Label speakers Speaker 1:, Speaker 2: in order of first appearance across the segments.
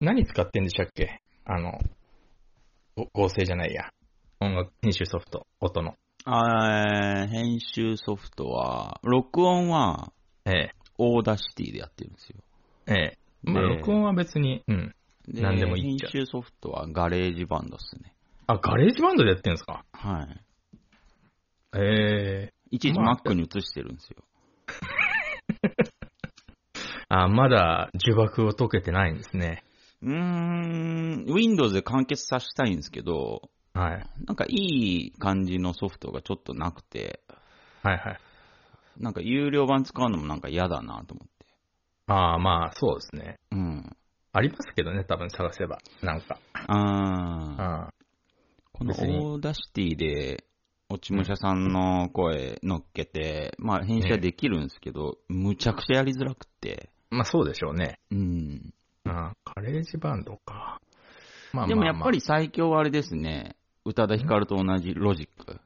Speaker 1: 何使ってんでしたっけあの、ご合成じゃないや。音楽編集ソフト、音の。
Speaker 2: あー編集ソフトは、録音は、
Speaker 1: え
Speaker 2: オーダーシティでやってるんですよ。
Speaker 1: え、ええ。まあ、
Speaker 2: ねえ
Speaker 1: 録音は別に、うん。
Speaker 2: で、
Speaker 1: 何でもいいっちゃ
Speaker 2: 編集ソフトはガレージバンドっすね。
Speaker 1: あ、ガレージバンドでやってんですか
Speaker 2: はい。
Speaker 1: ええ
Speaker 2: いちいち
Speaker 1: まあ
Speaker 2: Mac に移してるんですよ。
Speaker 1: あ、まだ呪縛を解けてないんですね。
Speaker 2: うーん、Windows で完結させたいんですけど、
Speaker 1: はい。
Speaker 2: なんかいい感じのソフトがちょっとなくて、
Speaker 1: はいはい。
Speaker 2: なんか有料版使うのもなんか嫌だなと思って。
Speaker 1: ああ、まあ、そうですね。
Speaker 2: うん。
Speaker 1: ありますけどね、多分探せば。なんか。
Speaker 2: あー
Speaker 1: あ
Speaker 2: この
Speaker 1: 別に
Speaker 2: オーダーシティで、落ち武者さんの声乗っけて、まあ編集はできるんですけど、むちゃくちゃやりづらくって。
Speaker 1: まあ、そうでしょうね。
Speaker 2: うん。
Speaker 1: あガレージバンドか。まあ
Speaker 2: でもやっぱ
Speaker 1: り、
Speaker 2: り最強はあれですね。宇多田ヒカルと同じロジック。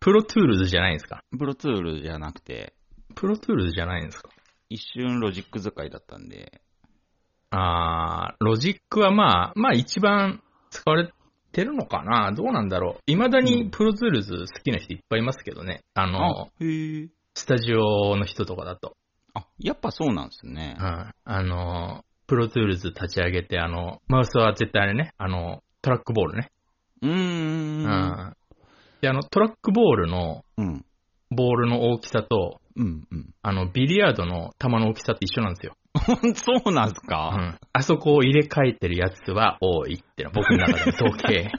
Speaker 1: プロトゥールズじゃないんですか。
Speaker 2: プロツールじゃなくて、
Speaker 1: プロトゥールズじゃないんですか。
Speaker 2: 一瞬ロジック使いだったんで。
Speaker 1: あーロジックはまあ、まあ一番使われてるのかなどうなんだろう。未だにプロツールズ好きな人いっぱいいますけどね。あの、、
Speaker 2: へえ。
Speaker 1: スタジオの人とかだと。
Speaker 2: あ、やっぱそうなんですね
Speaker 1: う。ん。あの、プロツールズ立ち上げて、あの、マウスは絶対あれね、あの、トラックボールね。
Speaker 2: うー。
Speaker 1: うんん。で、あの、トラックボールの、
Speaker 2: うん。
Speaker 1: ボールの大きさと、
Speaker 2: うん。うん。
Speaker 1: あの、ビリヤードの球の大きさって一緒なんですよ。
Speaker 2: そうなんす
Speaker 1: う
Speaker 2: か、
Speaker 1: ん。あそこを入れ替えてるやつは多いってのは僕の中での統計。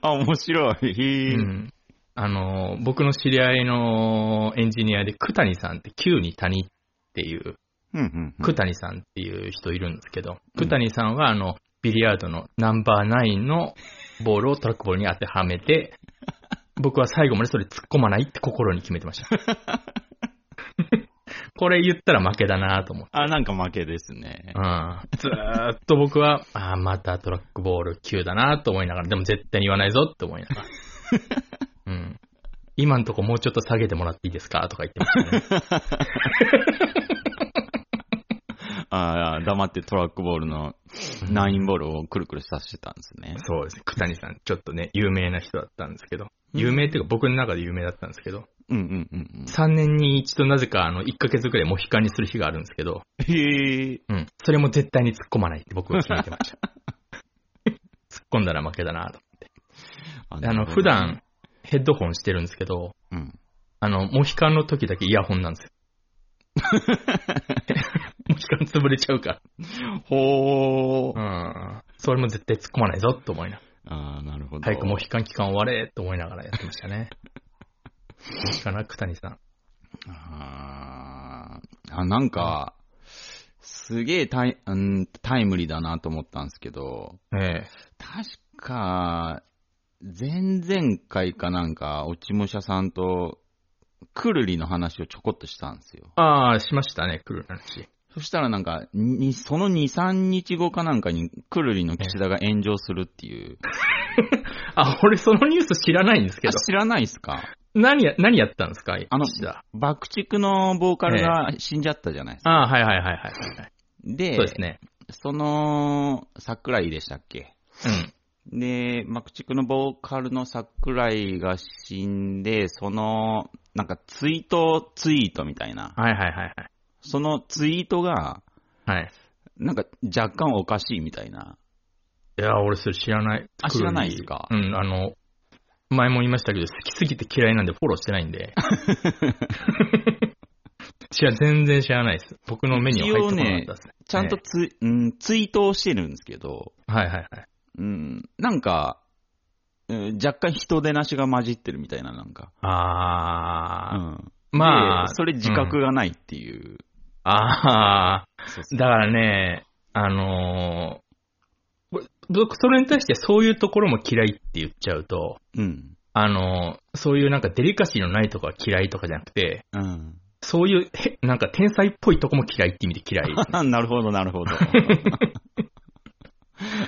Speaker 2: あ、面白い。へえ。
Speaker 1: うんあの、僕の知り合いのエンジニアで、久谷さんって、旧に谷っていう、
Speaker 2: うん。うん。
Speaker 1: 久谷さんっていう人いるんですけど、
Speaker 2: うん
Speaker 1: 久谷さんは、あの、ビリヤードのナンバーナインのボールをトラックボールに当てはめて、僕は最後までそれ突っ込まないって心に決めてました。これ言ったら負けだなと思って。
Speaker 2: あ、なんか負けですね
Speaker 1: う。ん、ずーっと僕は、ああ、またトラックボール9だなと思いながら、でも絶対に言わないぞって思いな がら。うん、今のとこもうちょっと下げてもらっていいですかとか言ってました ね。
Speaker 2: ああ、黙ってトラックボールのナインボールをくるくるさせてたんですね。
Speaker 1: そうですね。久谷さん、ちょっとね、有名な人だったんですけど、
Speaker 2: うん
Speaker 1: 有名っていうか僕の中で有名だったんですけど、
Speaker 2: うんうんうん
Speaker 1: 3年に一度なぜかあの、1ヶ月くらいモヒカンにする日があるんですけど、
Speaker 2: うん。へえ。
Speaker 1: うん、それも絶対に突っ込まないって僕は決めてま した。突っ込んだら負けだなと。
Speaker 2: あ
Speaker 1: あの、普、段、ヘッドホンしてるんですけど、
Speaker 2: なるほどね
Speaker 1: あの、モヒカンの時だけイヤホン なんですよ。モヒカン潰れちゃうか
Speaker 2: うん。ほー。
Speaker 1: ら。うん。それも絶対突っ込まないぞと思いな。
Speaker 2: ああ、なるほど。
Speaker 1: 早くモヒカン期間終われと思いながらやってましたね。モヒカンな、久谷さん。
Speaker 2: あーあ、なんか、すげえタイ,、うん、タイムリーだなと思ったんですけど、
Speaker 1: ええ。
Speaker 2: 確か、前々回かなんか、落ち武者さんと、くるりの話をちょこっとしたんですよ。
Speaker 1: ああ、しましたね、来る話。
Speaker 2: そしたらなんか、にその2、3日後かなんかに、くるりの岸田が炎上するっていう。
Speaker 1: あ、俺そのニュース知らないんですけ
Speaker 2: あ
Speaker 1: ど。
Speaker 2: 知らないっすか
Speaker 1: 何や、何やったんですか
Speaker 2: あの
Speaker 1: 岸田
Speaker 2: 爆竹のボーカルが死んじゃったじゃないですか。
Speaker 1: ああ、はいはいはいはいはい。
Speaker 2: で、
Speaker 1: そうですね。
Speaker 2: その、桜井でしたっけ
Speaker 1: うん。
Speaker 2: で、爆竹のボーカルの桜井が死んで、その、なんかツイート、ツイートみたいな。
Speaker 1: はいはいはいはい。
Speaker 2: そのツイートが、
Speaker 1: はい。
Speaker 2: なんか若干おかしいみたいな。
Speaker 1: いや、俺それ知らない。
Speaker 2: あ知らないですか
Speaker 1: うん、あの、前も言いましたけど、好きすぎて嫌いなんでフォローしてないん で。知ら、全然知らないです。僕の目には入ってこなかったですね。
Speaker 2: ちゃんと
Speaker 1: え
Speaker 2: ツイ、うん、ツイートをしてるんですけど、
Speaker 1: えはいはいはい。
Speaker 2: うん、なんか、うん若干人出なしが混じってるみたいな、なんか。う
Speaker 1: あー、
Speaker 2: ん、
Speaker 1: まあ、
Speaker 2: でそれ自
Speaker 1: う
Speaker 2: 覚
Speaker 1: ん
Speaker 2: がないっていう。
Speaker 1: あ
Speaker 2: そう
Speaker 1: ー、
Speaker 2: そう
Speaker 1: だからね、あのーこれ僕、それに対してそういうところも嫌いって言っちゃうと、
Speaker 2: うん。
Speaker 1: あのーそういうなんかデリカシーのないとか嫌いとかじゃなくて、
Speaker 2: うん。
Speaker 1: そういう、へなんか天才っぽいとこも嫌いって意味で 嫌い。
Speaker 2: なるほど、なるほど。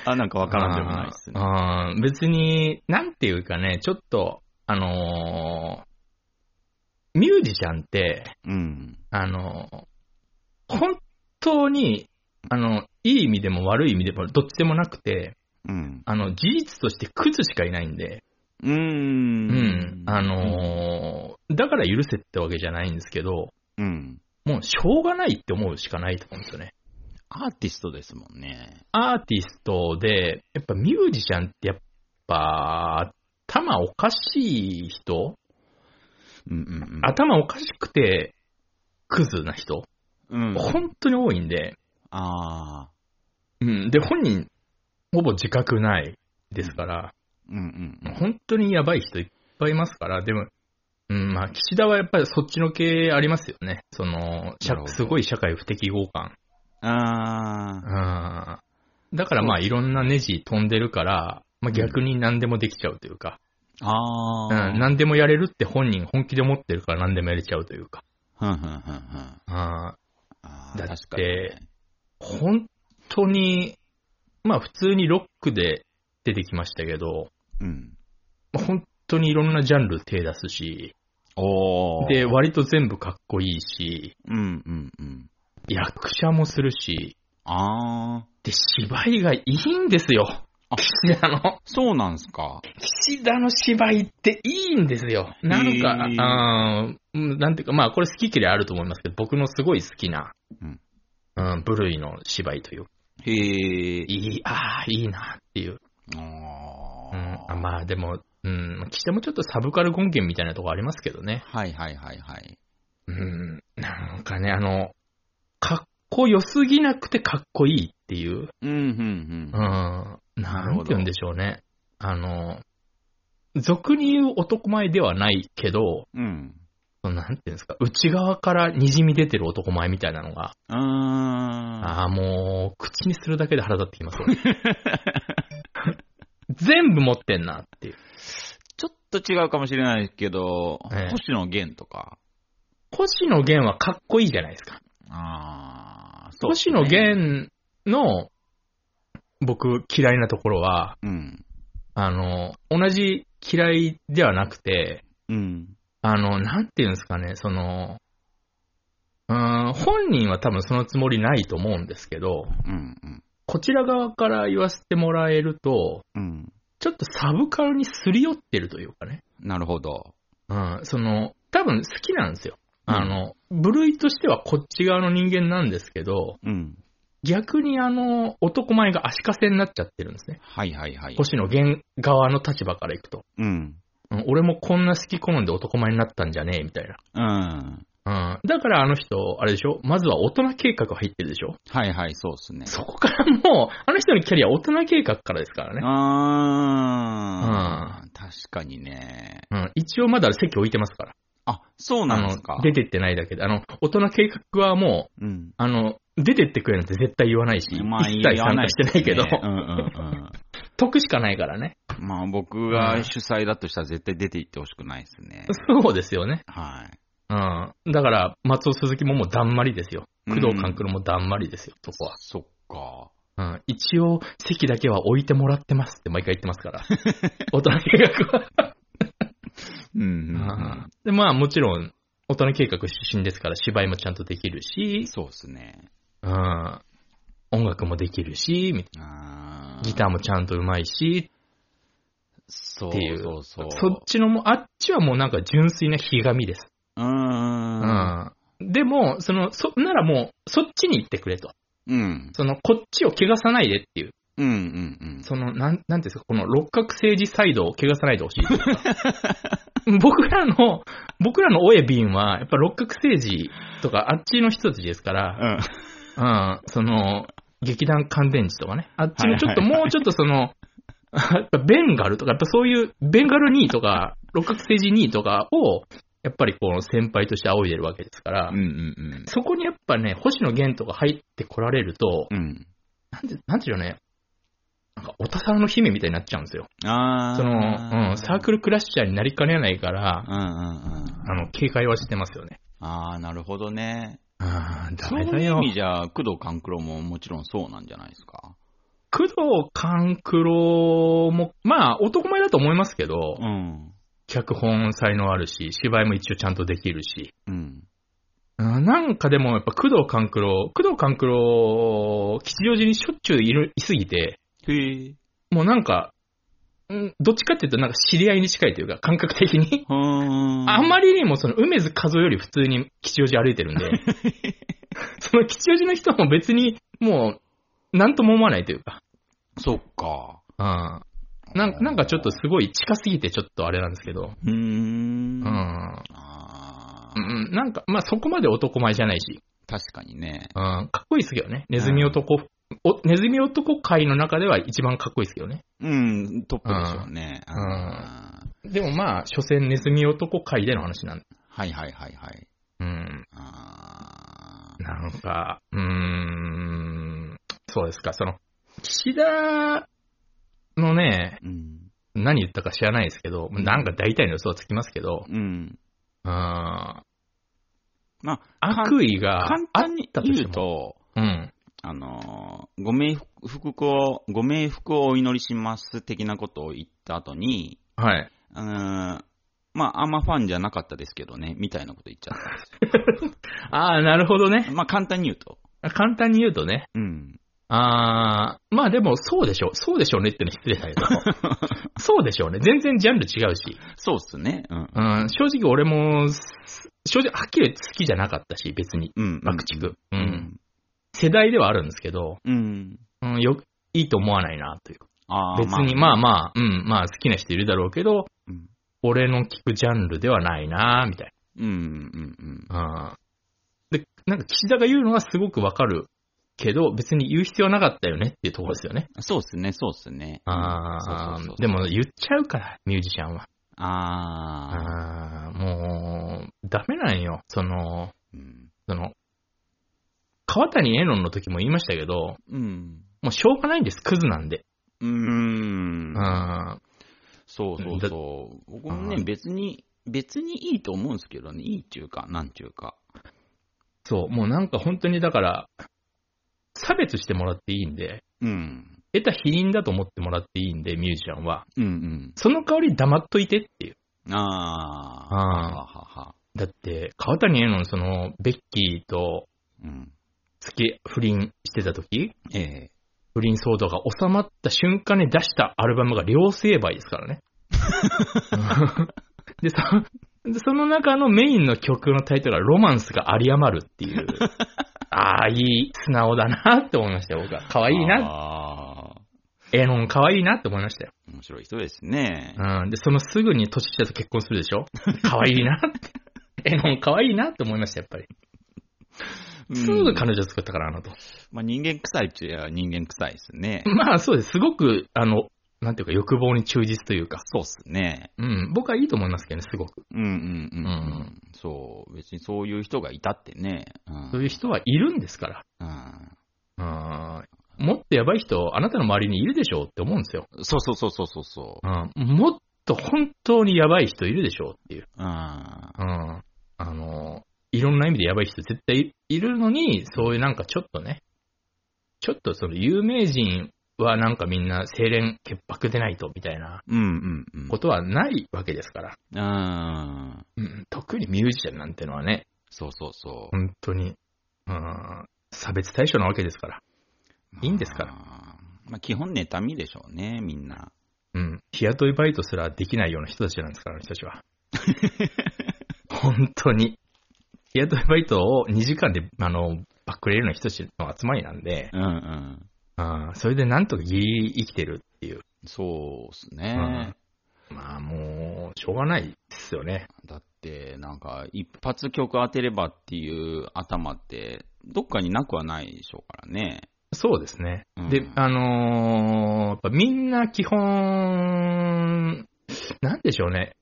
Speaker 2: あ、なんかわからんでもないですね。
Speaker 1: あーうん別に、なんていうかね、ちょっと、あのーミュージシャンって、
Speaker 2: うん。
Speaker 1: あのー本当にあの、いい意味でも悪い意味でもどっちでもなくて、
Speaker 2: うん。
Speaker 1: あの、事実としてクズしかいないんで、
Speaker 2: うー
Speaker 1: うんん。あ
Speaker 2: ー、
Speaker 1: のーだから許せってわけじゃないんですけど、
Speaker 2: うん。
Speaker 1: もうしょうがないって思うしかないと思うんですよね。
Speaker 2: アーティストですもんね。
Speaker 1: アーティストで、やっぱミュージシャンってやっぱ、頭おかしい人
Speaker 2: うんうんうん。
Speaker 1: 頭おかしくて、クズな人
Speaker 2: うん。
Speaker 1: 本当に多いんで、
Speaker 2: ああ。
Speaker 1: うん。で、本人、ほぼ自覚ないですから、
Speaker 2: うんうんうん。
Speaker 1: 本当にやばい人いっぱいいますから、でも、うん、まあ、岸田はやっぱりそっちの系ありますよね。その、
Speaker 2: な
Speaker 1: 社
Speaker 2: るほど
Speaker 1: すごい社会不適合感。
Speaker 2: ああ。
Speaker 1: うん。だからまあ、いろんなネジ飛んでるから、まあ逆に何でもできちゃうというか、
Speaker 2: あ
Speaker 1: うん、
Speaker 2: あ。
Speaker 1: 何でもやれるって本人本気で思ってるから何でもやれちゃうというか、
Speaker 2: ふんふんふんふ
Speaker 1: う
Speaker 2: ん。
Speaker 1: ん。
Speaker 2: あ
Speaker 1: だ
Speaker 2: ー
Speaker 1: って
Speaker 2: 確かにね。
Speaker 1: 本当に、まあ普通にロックで出てきましたけど、
Speaker 2: うん。
Speaker 1: まあ本当にいろんなジャンル手出すし、
Speaker 2: おー。
Speaker 1: で、割と全部かっこいいし、
Speaker 2: うんうんうん。
Speaker 1: 役者もするし、
Speaker 2: ああ。
Speaker 1: で、芝居がいいんですよ。岸田の。
Speaker 2: そうなんすか。
Speaker 1: 岸田の芝居っていいんですよ。なんか、
Speaker 2: へー
Speaker 1: あーうんなんていうか、まあこれ好き嫌いあると思いますけど、僕のすごい好きな、
Speaker 2: うん
Speaker 1: うん部類の芝居というか、
Speaker 2: へえ。
Speaker 1: いい、ああ、いいなっていう。
Speaker 2: あ
Speaker 1: うん、あ
Speaker 2: ー
Speaker 1: まあでも、うん、岸田もちょっとサブカル権限みたいなとこありますけどね。
Speaker 2: はいはいはいはい。
Speaker 1: うん、なんかね、あの、かっこよすぎなくてかっこいいっていう。
Speaker 2: うんう
Speaker 1: う
Speaker 2: んうん。
Speaker 1: ん。な
Speaker 2: る
Speaker 1: ん
Speaker 2: ほど
Speaker 1: て言うんでしょうね。あの、俗に言う男前ではないけど、
Speaker 2: うん。
Speaker 1: そのなんていうんですか、内側から滲み出てる男前みたいなのが、
Speaker 2: あ
Speaker 1: ああ、もう、口にするだけで腹立ってきます、俺 全部持ってんなっていう。
Speaker 2: ちょっと違うかもしれないけど、
Speaker 1: ええ
Speaker 2: 星野源とか。
Speaker 1: 星野源はかっこいいじゃないですか。
Speaker 2: ああ、そうっす
Speaker 1: 星
Speaker 2: ね
Speaker 1: 野。源の、僕、嫌いなところは、
Speaker 2: うん。
Speaker 1: あの、同じ嫌いではなくて、
Speaker 2: うん。
Speaker 1: あの、なんていうんですかね、その、うーん、本人は多分そのつもりないと思うんですけど、
Speaker 2: うん。うん。
Speaker 1: こちら側から言わせてもらえると、
Speaker 2: うん。
Speaker 1: ちょっとサブカルにすり寄ってるというかね、
Speaker 2: なるほど。
Speaker 1: うん、その、多分好きなんですよ。あの、部類としてはこっち側の人間なんですけど、
Speaker 2: うん。
Speaker 1: 逆にあの、男前が足かせになっちゃってるんですね。
Speaker 2: はいはいはい。
Speaker 1: 星野源側の立場からいくと。
Speaker 2: うん。
Speaker 1: うん、俺もこんな好き好んで男前になったんじゃねえ、みたいな。
Speaker 2: うん。
Speaker 1: うん。だからあの人、あれでしょまずは大人計画入ってるでしょ
Speaker 2: はいはい、そうっすね。
Speaker 1: そこからもう、あの人のキャリア大人計画からですからね。
Speaker 2: ああ、確かにね。
Speaker 1: うん。一応まだ席置いてますから。
Speaker 2: あ、そうなんです
Speaker 1: あ
Speaker 2: か
Speaker 1: の、。出てってないだけで。あの、大人計画はもう、
Speaker 2: うん。
Speaker 1: あの、出てってくれなんて絶対言わないし、
Speaker 2: まあ、
Speaker 1: 一切
Speaker 2: 言わ
Speaker 1: 参
Speaker 2: な
Speaker 1: 加
Speaker 2: い
Speaker 1: し
Speaker 2: って
Speaker 1: ないけど、
Speaker 2: すねうんうん
Speaker 1: 得しかないからね。
Speaker 2: うん。まあ、僕が主催だとしたら絶対出て行ってほしくないですね。
Speaker 1: そうですよね。
Speaker 2: はい。
Speaker 1: うん。だから、松尾鈴木ももうだんまりですよ。工藤官九
Speaker 2: る
Speaker 1: 郎もだんまりですよ、そこは。
Speaker 2: そっか。
Speaker 1: うん。一応、席だけは置いてもらってますって毎回言ってます から。大人計画は。
Speaker 2: うんうん
Speaker 1: あーで、まあもちろん、大人計画出身ですから芝居もちゃんとできる
Speaker 2: うん。
Speaker 1: し、
Speaker 2: そうですね。
Speaker 1: うん、音楽もできるし、みたい
Speaker 2: あ
Speaker 1: なギター
Speaker 2: も
Speaker 1: もちゃんと上手いし、
Speaker 2: そ
Speaker 1: っていう
Speaker 2: そうそう
Speaker 1: そっちのも、あっちはもうなんか純粋なひがみです。
Speaker 2: うんうん
Speaker 1: う
Speaker 2: うん。
Speaker 1: ん。でも、その、そ、ならもう、そっちに行ってくれと。
Speaker 2: うん。
Speaker 1: その、こっちを汚さないでっていう。
Speaker 2: うんうんうん。
Speaker 1: その、なん、なんていうんですか、この六角政治サイドを汚さないでほしい というか。僕らの、僕らのオエビンは、やっぱ六角政治とか、あっちの人たちですから、
Speaker 2: うん。
Speaker 1: うん、その、劇団乾電池とかね。あっちのちょっと、
Speaker 2: はいはいはい
Speaker 1: もうちょっとその、やっぱベンガルとか、やっぱそういう、ベンガル2とか、六角星人2とかを、やっぱりこの先輩として仰いでるわけですから、
Speaker 2: うんうんうん。
Speaker 1: そこにやっぱね、星野源とか入ってこられると、
Speaker 2: うん。
Speaker 1: なんて、なんていうのね、なんか、おたさんの姫みたいになっちゃうんですよ。
Speaker 2: ああ。
Speaker 1: その、うん、サークルクラッシャーになりかねないから
Speaker 2: う、んうんうん。
Speaker 1: あの、警戒はしてますよね。
Speaker 2: ああ、なるほどね。
Speaker 1: ああ、ダ
Speaker 2: そう
Speaker 1: メ
Speaker 2: いう
Speaker 1: だ
Speaker 2: 意
Speaker 1: よ。
Speaker 2: 味じゃ、工藤官九郎ももちろんそうなんじゃないですか。
Speaker 1: 工藤官九郎も、まあ、男前だと思いますけど、
Speaker 2: うん。
Speaker 1: 脚本才能あるし、芝居も一応ちゃんとできるし、
Speaker 2: うん。
Speaker 1: うんなんかでもやっぱ工藤官九郎、工藤官九郎、吉祥寺にしょっちゅういるいすぎて、
Speaker 2: へえ。
Speaker 1: もうなんか、うんどっちかっていうとなんか知り合いに近いというか、感覚的に。
Speaker 2: はー
Speaker 1: あまりにもその梅津和夫より普通に吉祥寺歩いてるん で、その吉祥寺の人も別にもう、なんとも思わないというか、
Speaker 2: そっか。
Speaker 1: うん。なんなんかちょっとすごい近すぎてちょっとあれなんですけど、
Speaker 2: う
Speaker 1: う
Speaker 2: ー。
Speaker 1: んん。
Speaker 2: あ
Speaker 1: う
Speaker 2: ー
Speaker 1: ん、なんか、まあそこまで男前じゃないし、
Speaker 2: 確かにね。
Speaker 1: うん、かっこいいですけどね。ネズミ男、おネズミ男界の中では一番かっこいいですけどね。
Speaker 2: うん、トップでしょうね。
Speaker 1: ん
Speaker 2: あー
Speaker 1: でもまあ、所詮ネズミ男界での話なんで。
Speaker 2: はいはいはいはい。
Speaker 1: うん。
Speaker 2: あー
Speaker 1: なんか、うーん、そうですか、その、岸田のね、
Speaker 2: うん。
Speaker 1: 何言ったか知らないですけど、なんか大体の予想はつきますけど、
Speaker 2: う
Speaker 1: う
Speaker 2: ん。
Speaker 1: ん、悪
Speaker 2: ま
Speaker 1: 意が
Speaker 2: 簡
Speaker 1: あっ
Speaker 2: 単に
Speaker 1: たとし
Speaker 2: 言
Speaker 1: て
Speaker 2: う
Speaker 1: も、
Speaker 2: と、
Speaker 1: うん、
Speaker 2: あのー、ご冥福を、ご冥福をお祈りします的なことを言った後に、
Speaker 1: はい。
Speaker 2: うーん、まあ、あんまファンじゃなかったですけどね、みたいなこと言っちゃっ
Speaker 1: ああ、なるほど
Speaker 2: た。
Speaker 1: ね。
Speaker 2: まあ、簡単に言うと。
Speaker 1: 簡単に言うとね、
Speaker 2: うん。
Speaker 1: あー、まあでも、そうでしょう。そうでしょうねってのは失礼だけど。 そうでしょうね。全然ジャンル違うし。
Speaker 2: そうっすね。うん。
Speaker 1: うん、正直俺も、す正直、はっきり言って好きじゃなかったし、別に。
Speaker 2: うん。
Speaker 1: 爆竹。う。
Speaker 2: うんん。
Speaker 1: 世代ではあるんですけど、
Speaker 2: うん。
Speaker 1: うん、よ、いいと思わないな、という。
Speaker 2: ああ、
Speaker 1: 別に、まあまあ、うん、まあ好きな人いるだろうけど、
Speaker 2: うん。
Speaker 1: 俺の聞くジャンルではないな、みたい
Speaker 2: うん、うん、うん。
Speaker 1: な。うん。で、なんか岸田が言うのはすごくわかるけど、別に言う必要なかったよねっていうところですよね。
Speaker 2: そうっすね、そうっすね。
Speaker 1: あ
Speaker 2: そうそうそう
Speaker 1: あ
Speaker 2: そう、
Speaker 1: でも言っちゃうから、ミュージシャンは。
Speaker 2: ああ、
Speaker 1: ああ、もう、ダメなんよ。その、
Speaker 2: うん。
Speaker 1: その、川谷絵音の時も言いましたけど、
Speaker 2: うん。
Speaker 1: もうしょうがないんです、クズなんで。
Speaker 2: うーん
Speaker 1: う。ん。
Speaker 2: そうそうそう。僕もね
Speaker 1: う、ん
Speaker 2: 別に、別にいいと思うんですけどね、いいっていうか、なんていうか。
Speaker 1: そう、もうなんか本当にだから、差別してもらっていいんで、
Speaker 2: うん。
Speaker 1: 得た否認だと思ってもらっていいんで、ミュージシャンは。
Speaker 2: うん
Speaker 1: その代わり黙っといてっていう。
Speaker 2: うん。ああ、
Speaker 1: あ
Speaker 2: は
Speaker 1: ー
Speaker 2: はは。
Speaker 1: だって、川谷絵音、その、ベッキーと
Speaker 2: うん。
Speaker 1: 付き、不倫してた時、
Speaker 2: ええ。
Speaker 1: 不倫騒動が収まった瞬間に出したアルバムが両成敗です からね。でそでその中のメインの曲のタイトルがロマンスが有り余るって いう。ああ、いい、素直だなって思いましたよ、僕は。可愛いな、
Speaker 2: ああ、
Speaker 1: エノン可愛いなって思いましたよ。
Speaker 2: 面白い人ですね。
Speaker 1: うん。で、そのすぐに年下と結婚するでしょ可愛いなって。エノン可愛いなって思いました、やっぱり。すぐ彼女作ったから、あのと。
Speaker 2: まあ人間臭いっちゃ人間臭いですね。
Speaker 1: まあ、そうです。すごく、あの、なんていうか、欲望に忠実というか。
Speaker 2: そうっすね。
Speaker 1: うん。僕はいいと思いますけどね、すごく。
Speaker 2: うんうんうん。う、
Speaker 1: うん
Speaker 2: そう。別にそういう人がいたってね。うん、
Speaker 1: そういう人はいるんですから。
Speaker 2: うん。
Speaker 1: うん。もっとやばい人、あなたの周りにいるでしょうって思うんですよ。
Speaker 2: そうそうそうそうそうそ
Speaker 1: うん。もっと本当にやばい人いるでしょうっていう。
Speaker 2: う。うん。
Speaker 1: うん。あの、いろんな意味でやばい人絶対いいるのに、そういうなんかちょっとね、ちょっとその有名人はなんかみんな清廉潔白でないとみたいな
Speaker 2: うんうんうん。
Speaker 1: ことはないわけですから。
Speaker 2: うん。
Speaker 1: うん。特にミュージシャンなんてのはね、
Speaker 2: そうそうそう。
Speaker 1: 本当に、うん、差別対象なわけですから。いいんですから
Speaker 2: あーまあ、基本妬みでしょうね、みんな。
Speaker 1: うん。日雇いバイトすらできないような人たちなんですから、あの人たち は。本当に。日雇いバイトを2時間で、あの、バックレールの人たちの集まりなんで、
Speaker 2: うんうん。
Speaker 1: あーそれでなんとかギリ生きてるっていう。
Speaker 2: そうっすね。
Speaker 1: まあもう、しょうがないですよね。
Speaker 2: だって、なんか、一発曲当てればっていう頭って、どっかになくはないでしょうからね。
Speaker 1: そうですね。
Speaker 2: うん
Speaker 1: で、あのーやっぱみんな基本、なんでしょうね。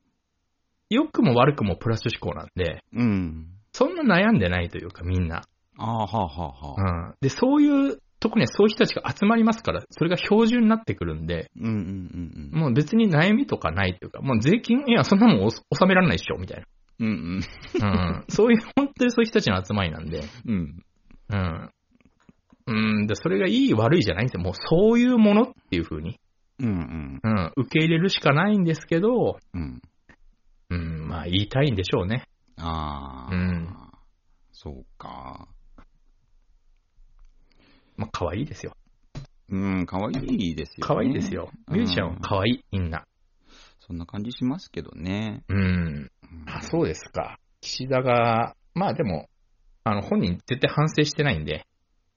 Speaker 1: 良くも悪くもプラス思考なんで、
Speaker 2: うん。
Speaker 1: そんな悩んでないというかみんな。
Speaker 2: ああ、はあはあは
Speaker 1: う
Speaker 2: あ。
Speaker 1: んで、そういう、とこにはそういう人たちが集まりますから、それが標準になってくるんで、
Speaker 2: うんうんうんうん。
Speaker 1: もう別に悩みとかないというか、もう税金、いや、そんなもんお納められないでしょ、みたい
Speaker 2: うんうん。
Speaker 1: な。 うん、そういう、本当にそういう人たちの集まりなんで、
Speaker 2: うん。
Speaker 1: うん。うん、で、それがいい悪いじゃないんですよ。もうそういうものっていう風に、
Speaker 2: うんうん
Speaker 1: うん、受け入れるしかないんですけど、
Speaker 2: うん。
Speaker 1: うん、まあ言いたいんでしょうね。
Speaker 2: ああ。
Speaker 1: うん
Speaker 2: そうか。
Speaker 1: まあ、可愛いですよ。
Speaker 2: うん、可愛いですよ、ね。
Speaker 1: 可愛いです。よ。
Speaker 2: うん
Speaker 1: ミュージシャンは可愛い、みんな。
Speaker 2: そんな感じしますけどね。
Speaker 1: うん。
Speaker 2: うん
Speaker 1: あ、そうですか。岸田が、まあでも、あの、本人絶対反省してないんで、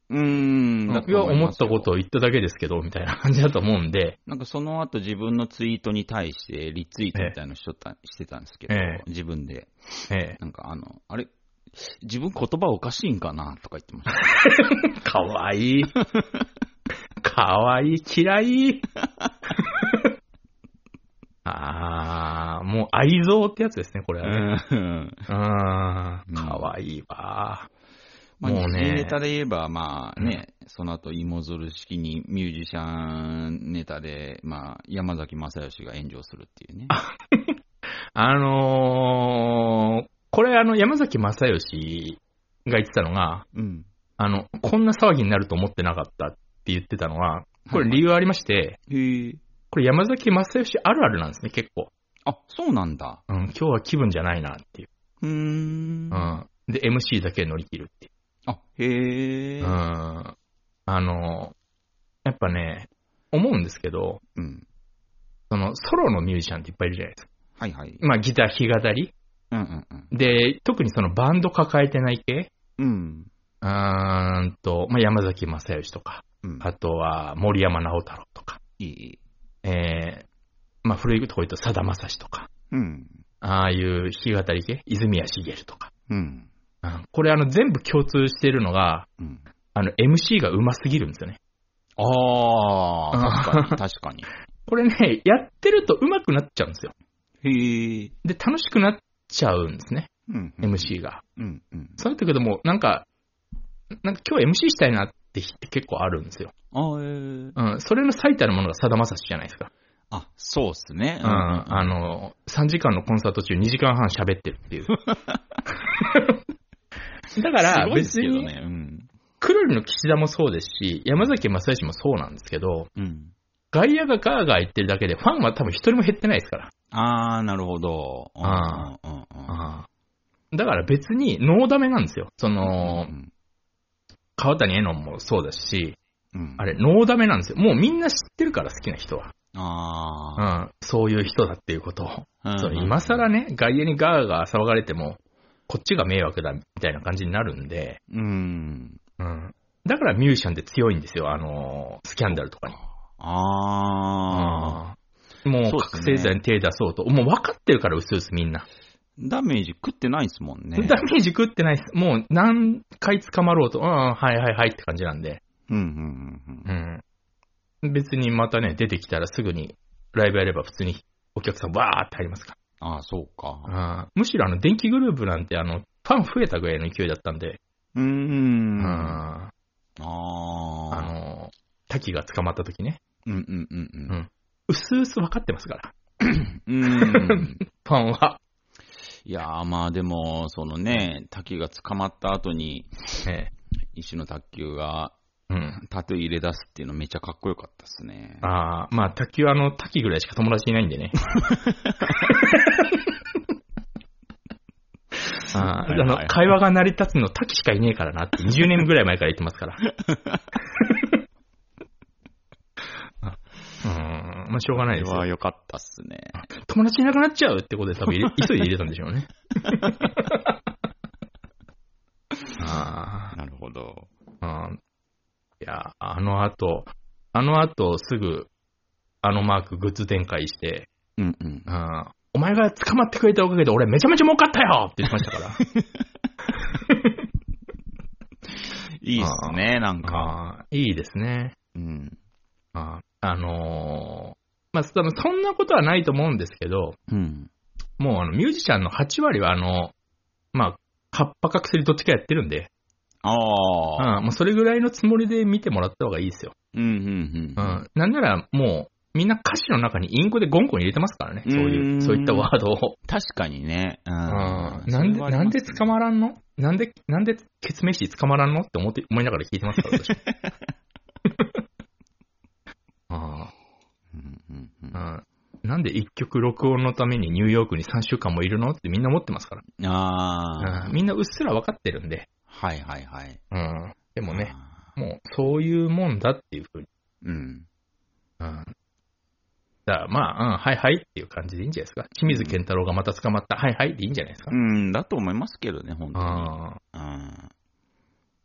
Speaker 2: うーん。だ
Speaker 1: 僕
Speaker 2: と
Speaker 1: は
Speaker 2: 思い
Speaker 1: 思
Speaker 2: ま
Speaker 1: っ
Speaker 2: すよ
Speaker 1: たことを言っただけですけど、みたいな感じだと思うんで、
Speaker 2: なんかその後自分のツイートに対してリツイートみたいなのしとったしてたんですけど、
Speaker 1: ええ
Speaker 2: 自分で。
Speaker 1: ええ。
Speaker 2: なんかあの、あれ自分言葉おかしいんかなとか言ってました。
Speaker 1: かわいい。 かわいい、嫌 い。ああ、もう愛憎ってやつですね、これはね。
Speaker 2: うん
Speaker 1: うん、か
Speaker 2: うん
Speaker 1: わいいわ。
Speaker 2: まあ、
Speaker 1: もうね
Speaker 2: 時事ネタで言えば、まあね、その後芋づる式にミュージシャンネタで、まあ、山崎正義が炎上するっていうね。
Speaker 1: あのー、これあの、山崎正義が言ってたのが、
Speaker 2: うん。
Speaker 1: あの、こんな騒ぎになると思ってなかったって言ってたのは、これ理由ありまして、
Speaker 2: へえ。
Speaker 1: これ山崎正義あるあるなんですね、結構。
Speaker 2: あ、そうなんだ。
Speaker 1: うん、今日は気分じゃないなっていう。
Speaker 2: うーん。
Speaker 1: う
Speaker 2: あ、
Speaker 1: ん。で、MC だけ乗り切るっていう。
Speaker 2: へえ。
Speaker 1: う。ん。あの、やっぱね、思うんですけど、
Speaker 2: うん。
Speaker 1: そのソロのミュージシャンっていっぱいいるじゃないですか。
Speaker 2: はいはい。
Speaker 1: まあギター弾き語り。
Speaker 2: うんうんうん。
Speaker 1: で、特にそのバンド抱えてない系。
Speaker 2: うん。
Speaker 1: うーんと、まあ山崎正義とか、
Speaker 2: うん。
Speaker 1: あとは森山直太郎とか、
Speaker 2: いい。
Speaker 1: えー、まあ古いとこ言うとさだまさしとか、
Speaker 2: うん。
Speaker 1: ああいう弾き語り系、泉谷しげるとか。
Speaker 2: うん。
Speaker 1: うんこれあの全部共通しているのが、
Speaker 2: うん。
Speaker 1: あの MC が上手すぎるんですよね。
Speaker 2: あ
Speaker 1: う
Speaker 2: あ、
Speaker 1: ん
Speaker 2: 確かに、確かに。
Speaker 1: これね、やってると上手くなっちゃうんですよ。
Speaker 2: へえ。
Speaker 1: で、楽しくなっちゃうんですね、
Speaker 2: うん。
Speaker 1: MC が。
Speaker 2: うんうん。
Speaker 1: そうやってけども、なんか、なんか今日 MC したいなって日って結構あるんですよ。
Speaker 2: あーえー
Speaker 1: うん、それの最たるものがさだまさしじゃないですか。
Speaker 2: あ、そうっすね。
Speaker 1: うん、あの、3時間のコンサート中2時間半喋ってるって いう。だから別
Speaker 2: すごい
Speaker 1: に
Speaker 2: です、けどね。うん。
Speaker 1: くるりの岸田もそうですし、山崎正義もそうなんですけど、
Speaker 2: うん。
Speaker 1: 外野がガーガー言ってるだけで、ファンは多分一人も減ってないですから。
Speaker 2: ああ、なるほど。うん
Speaker 1: あ
Speaker 2: うんうん
Speaker 1: うん、だから別にノーダメなんですよ。その
Speaker 2: う、ん
Speaker 1: 川谷絵音もそうだし、
Speaker 2: うん。
Speaker 1: あれ、ノーダメなんですよ。もうみんな知ってるから、好きな人は。う
Speaker 2: あ
Speaker 1: ん。そういう人だっていうことを。
Speaker 2: あ。
Speaker 1: その今更ね、外野にガーガー騒がれても、こっちが迷惑だみたいな感じになるんで、
Speaker 2: うん。
Speaker 1: うん。だからミュージシャンって強いんですよ、あのースキャンダルとかに。
Speaker 2: ああ。
Speaker 1: うんもう
Speaker 2: そうっすね
Speaker 1: 覚醒剤に手出そうと。もう分かってるから、うすうすみんな。
Speaker 2: ダメージ食ってないっすもんね。
Speaker 1: ダメージ食ってないです。もう何回捕まろうと、うん、はいはいはいって感じなんで。
Speaker 2: うんうんうんうん。
Speaker 1: うん。別にまたね、出てきたらすぐにライブやれば普通にお客さんわーって入りますか
Speaker 2: ああ、そうか。
Speaker 1: ら。うん。むしろあの、電気グループなんてあの、ファン増えたぐらいの勢いだったんで、
Speaker 2: うー。
Speaker 1: うん
Speaker 2: あ
Speaker 1: あ
Speaker 2: あ。
Speaker 1: の、滝が捕まった時ね、
Speaker 2: うんうんうんうん。
Speaker 1: うすうす分かってますから、
Speaker 2: うん。
Speaker 1: ファンは。
Speaker 2: いやーまあでも、そのね、滝が捕まった後に、
Speaker 1: ええ
Speaker 2: 石の卓球が
Speaker 1: うん。
Speaker 2: タトゥー入れ出すっていうのめちゃかっこよかったっすね。
Speaker 1: ああ、まあ、滝はあの、滝ぐらいしか友達いないんでね。あーあの、会話が成り立つの滝しかいねえからなって、20年ぐらい前から言ってますから。あうん、まあ、しょうがないで
Speaker 2: それ
Speaker 1: す
Speaker 2: は
Speaker 1: よ。
Speaker 2: 良かったっす ね。
Speaker 1: 友達いなくなっちゃうってことで多分入れ、急いで入れたんでしょうね。あ
Speaker 2: なるほど。
Speaker 1: あ、うん。いや、あの後、あの後すぐ、あのマークグッズ展開して、
Speaker 2: うんうん。
Speaker 1: うんお前が捕まってくれたおかげで俺めちゃめちゃ儲かったよって言ってましたから。
Speaker 2: いいっすね、なん
Speaker 1: あ
Speaker 2: か。
Speaker 1: ーいいですね。
Speaker 2: うん。
Speaker 1: あーあのーまあ、多分そんなことはないと思うんですけど、
Speaker 2: うん。
Speaker 1: もうあのミュージシャンの8割はあの、まあ、葉っぱか薬どっちかやってるんで、う
Speaker 2: ああ。
Speaker 1: ん、もうそれぐらいのつもりで見てもらった方がいいですよ。
Speaker 2: うんうん
Speaker 1: う
Speaker 2: うん。
Speaker 1: ん、なんならもう、みんな歌詞の中にインゴでゴンゴン入れてますからね、そういうう、
Speaker 2: ん
Speaker 1: そういったワードを。
Speaker 2: 確かにね。うん。
Speaker 1: うんなんで、
Speaker 2: それはあり
Speaker 1: なん
Speaker 2: ま
Speaker 1: です
Speaker 2: ね
Speaker 1: 捕まらんのなんで、なんで、ケツメイシ捕まらんのって思って、思いながら聞いてます から、私。あ
Speaker 2: うんうんうん
Speaker 1: あ、うん。なんで一曲録音のためにニューヨークに3週間もいるのってみんな思ってますから。
Speaker 2: あ
Speaker 1: う
Speaker 2: あ
Speaker 1: ん、みんなうっすら分かってるんで。
Speaker 2: はいはいはい。
Speaker 1: うん。でもね、
Speaker 2: あ
Speaker 1: もうそういうもんだっていうふうに。
Speaker 2: ー。うん。
Speaker 1: うん。だからまあ、うん、はいはいっていう感じでいいんじゃないですか。清水健太郎がまた捕まった、はいはいでいいんじゃないですか。
Speaker 2: うん、だと思いますけどね、本当に。
Speaker 1: あ
Speaker 2: うん。
Speaker 1: あ、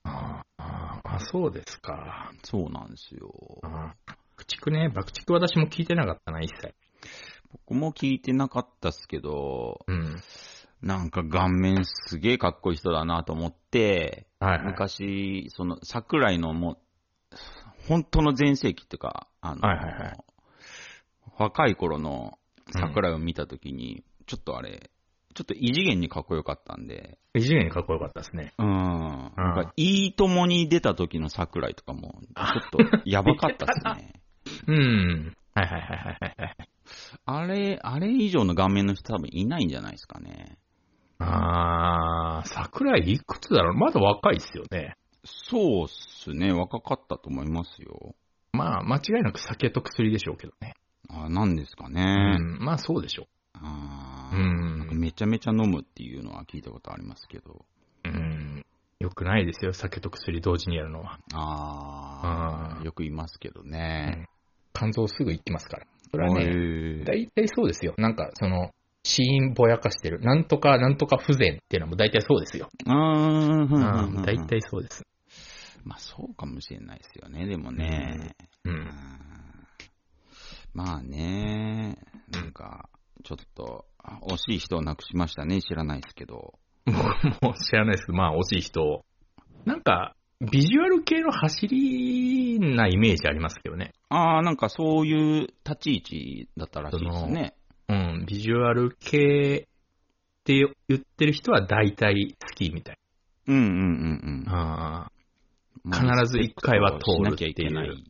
Speaker 1: ああ、あそうですか。
Speaker 2: そうなんですよ。
Speaker 1: ああ爆竹ね、爆竹私も聞いてなかったな、一切。
Speaker 2: 僕も聞いてなかったっすけど、
Speaker 1: うん。
Speaker 2: なんか顔面すげえかっこいい人だなと思って、
Speaker 1: はい、はい。
Speaker 2: 昔、その、桜井のもう、本当の全盛期っていうか、あの、
Speaker 1: はいはいはい
Speaker 2: 若い頃の桜井を見たときに、ちょっとあれ、ちょっと異次元にかっこよかったんで、
Speaker 1: 異次元かっこよかったですね。
Speaker 2: うん。なんか、いいともに出た時の桜井とかも、ちょっとやばかったっす ね。
Speaker 1: うん。はいはいはいはいはいはい。
Speaker 2: あれ、あれ以上の顔面の人多分いないんじゃないですかね。
Speaker 1: ああ、桜井いくつだろうまだ若いですよね。
Speaker 2: そうっすね。若かったと思いますよ。
Speaker 1: まあ、間違いなく酒と薬でしょうけどね。
Speaker 2: あ、なんですか
Speaker 1: う
Speaker 2: ね。
Speaker 1: ん。まあ、そうでしょ
Speaker 2: あ
Speaker 1: う。う
Speaker 2: ーなんか
Speaker 1: ん。
Speaker 2: めちゃめちゃ飲むっていうのは聞いたことありますけど。
Speaker 1: うん。よくないですよ、酒と薬同時にやるのは。
Speaker 2: あ
Speaker 1: あー
Speaker 2: あ、よく言いますけどね。
Speaker 1: 肝臓すぐ行きますから。それは
Speaker 2: お
Speaker 1: ね、
Speaker 2: い
Speaker 1: 大体そうですよ。なんか、その、死因ぼやかしてる。なんとか、なんとか不全っていうのも大体そうですよ。
Speaker 2: うーんふ
Speaker 1: うん
Speaker 2: ふんふ
Speaker 1: ん。
Speaker 2: ん。
Speaker 1: 大体そうです。
Speaker 2: まあそうかもしれないですよね、でもね。
Speaker 1: う。
Speaker 2: うんんまあね、なんか、ちょっと、あ惜しい人を亡くしましたね、知らないですけど。
Speaker 1: 僕 も知らないですけど、まあ、惜しい人。なんか、ビジュアル系の走りなイメージありますけどね。
Speaker 2: ああ、なんかそういう立ち位置だったらしいですね。
Speaker 1: うん、ビジュアル系って言ってる人は大体好きみたい。
Speaker 2: うんうんうんうん。
Speaker 1: ああ、
Speaker 2: まあ
Speaker 1: 必ず一回は通るっていう
Speaker 2: リスペクトしなきゃいけない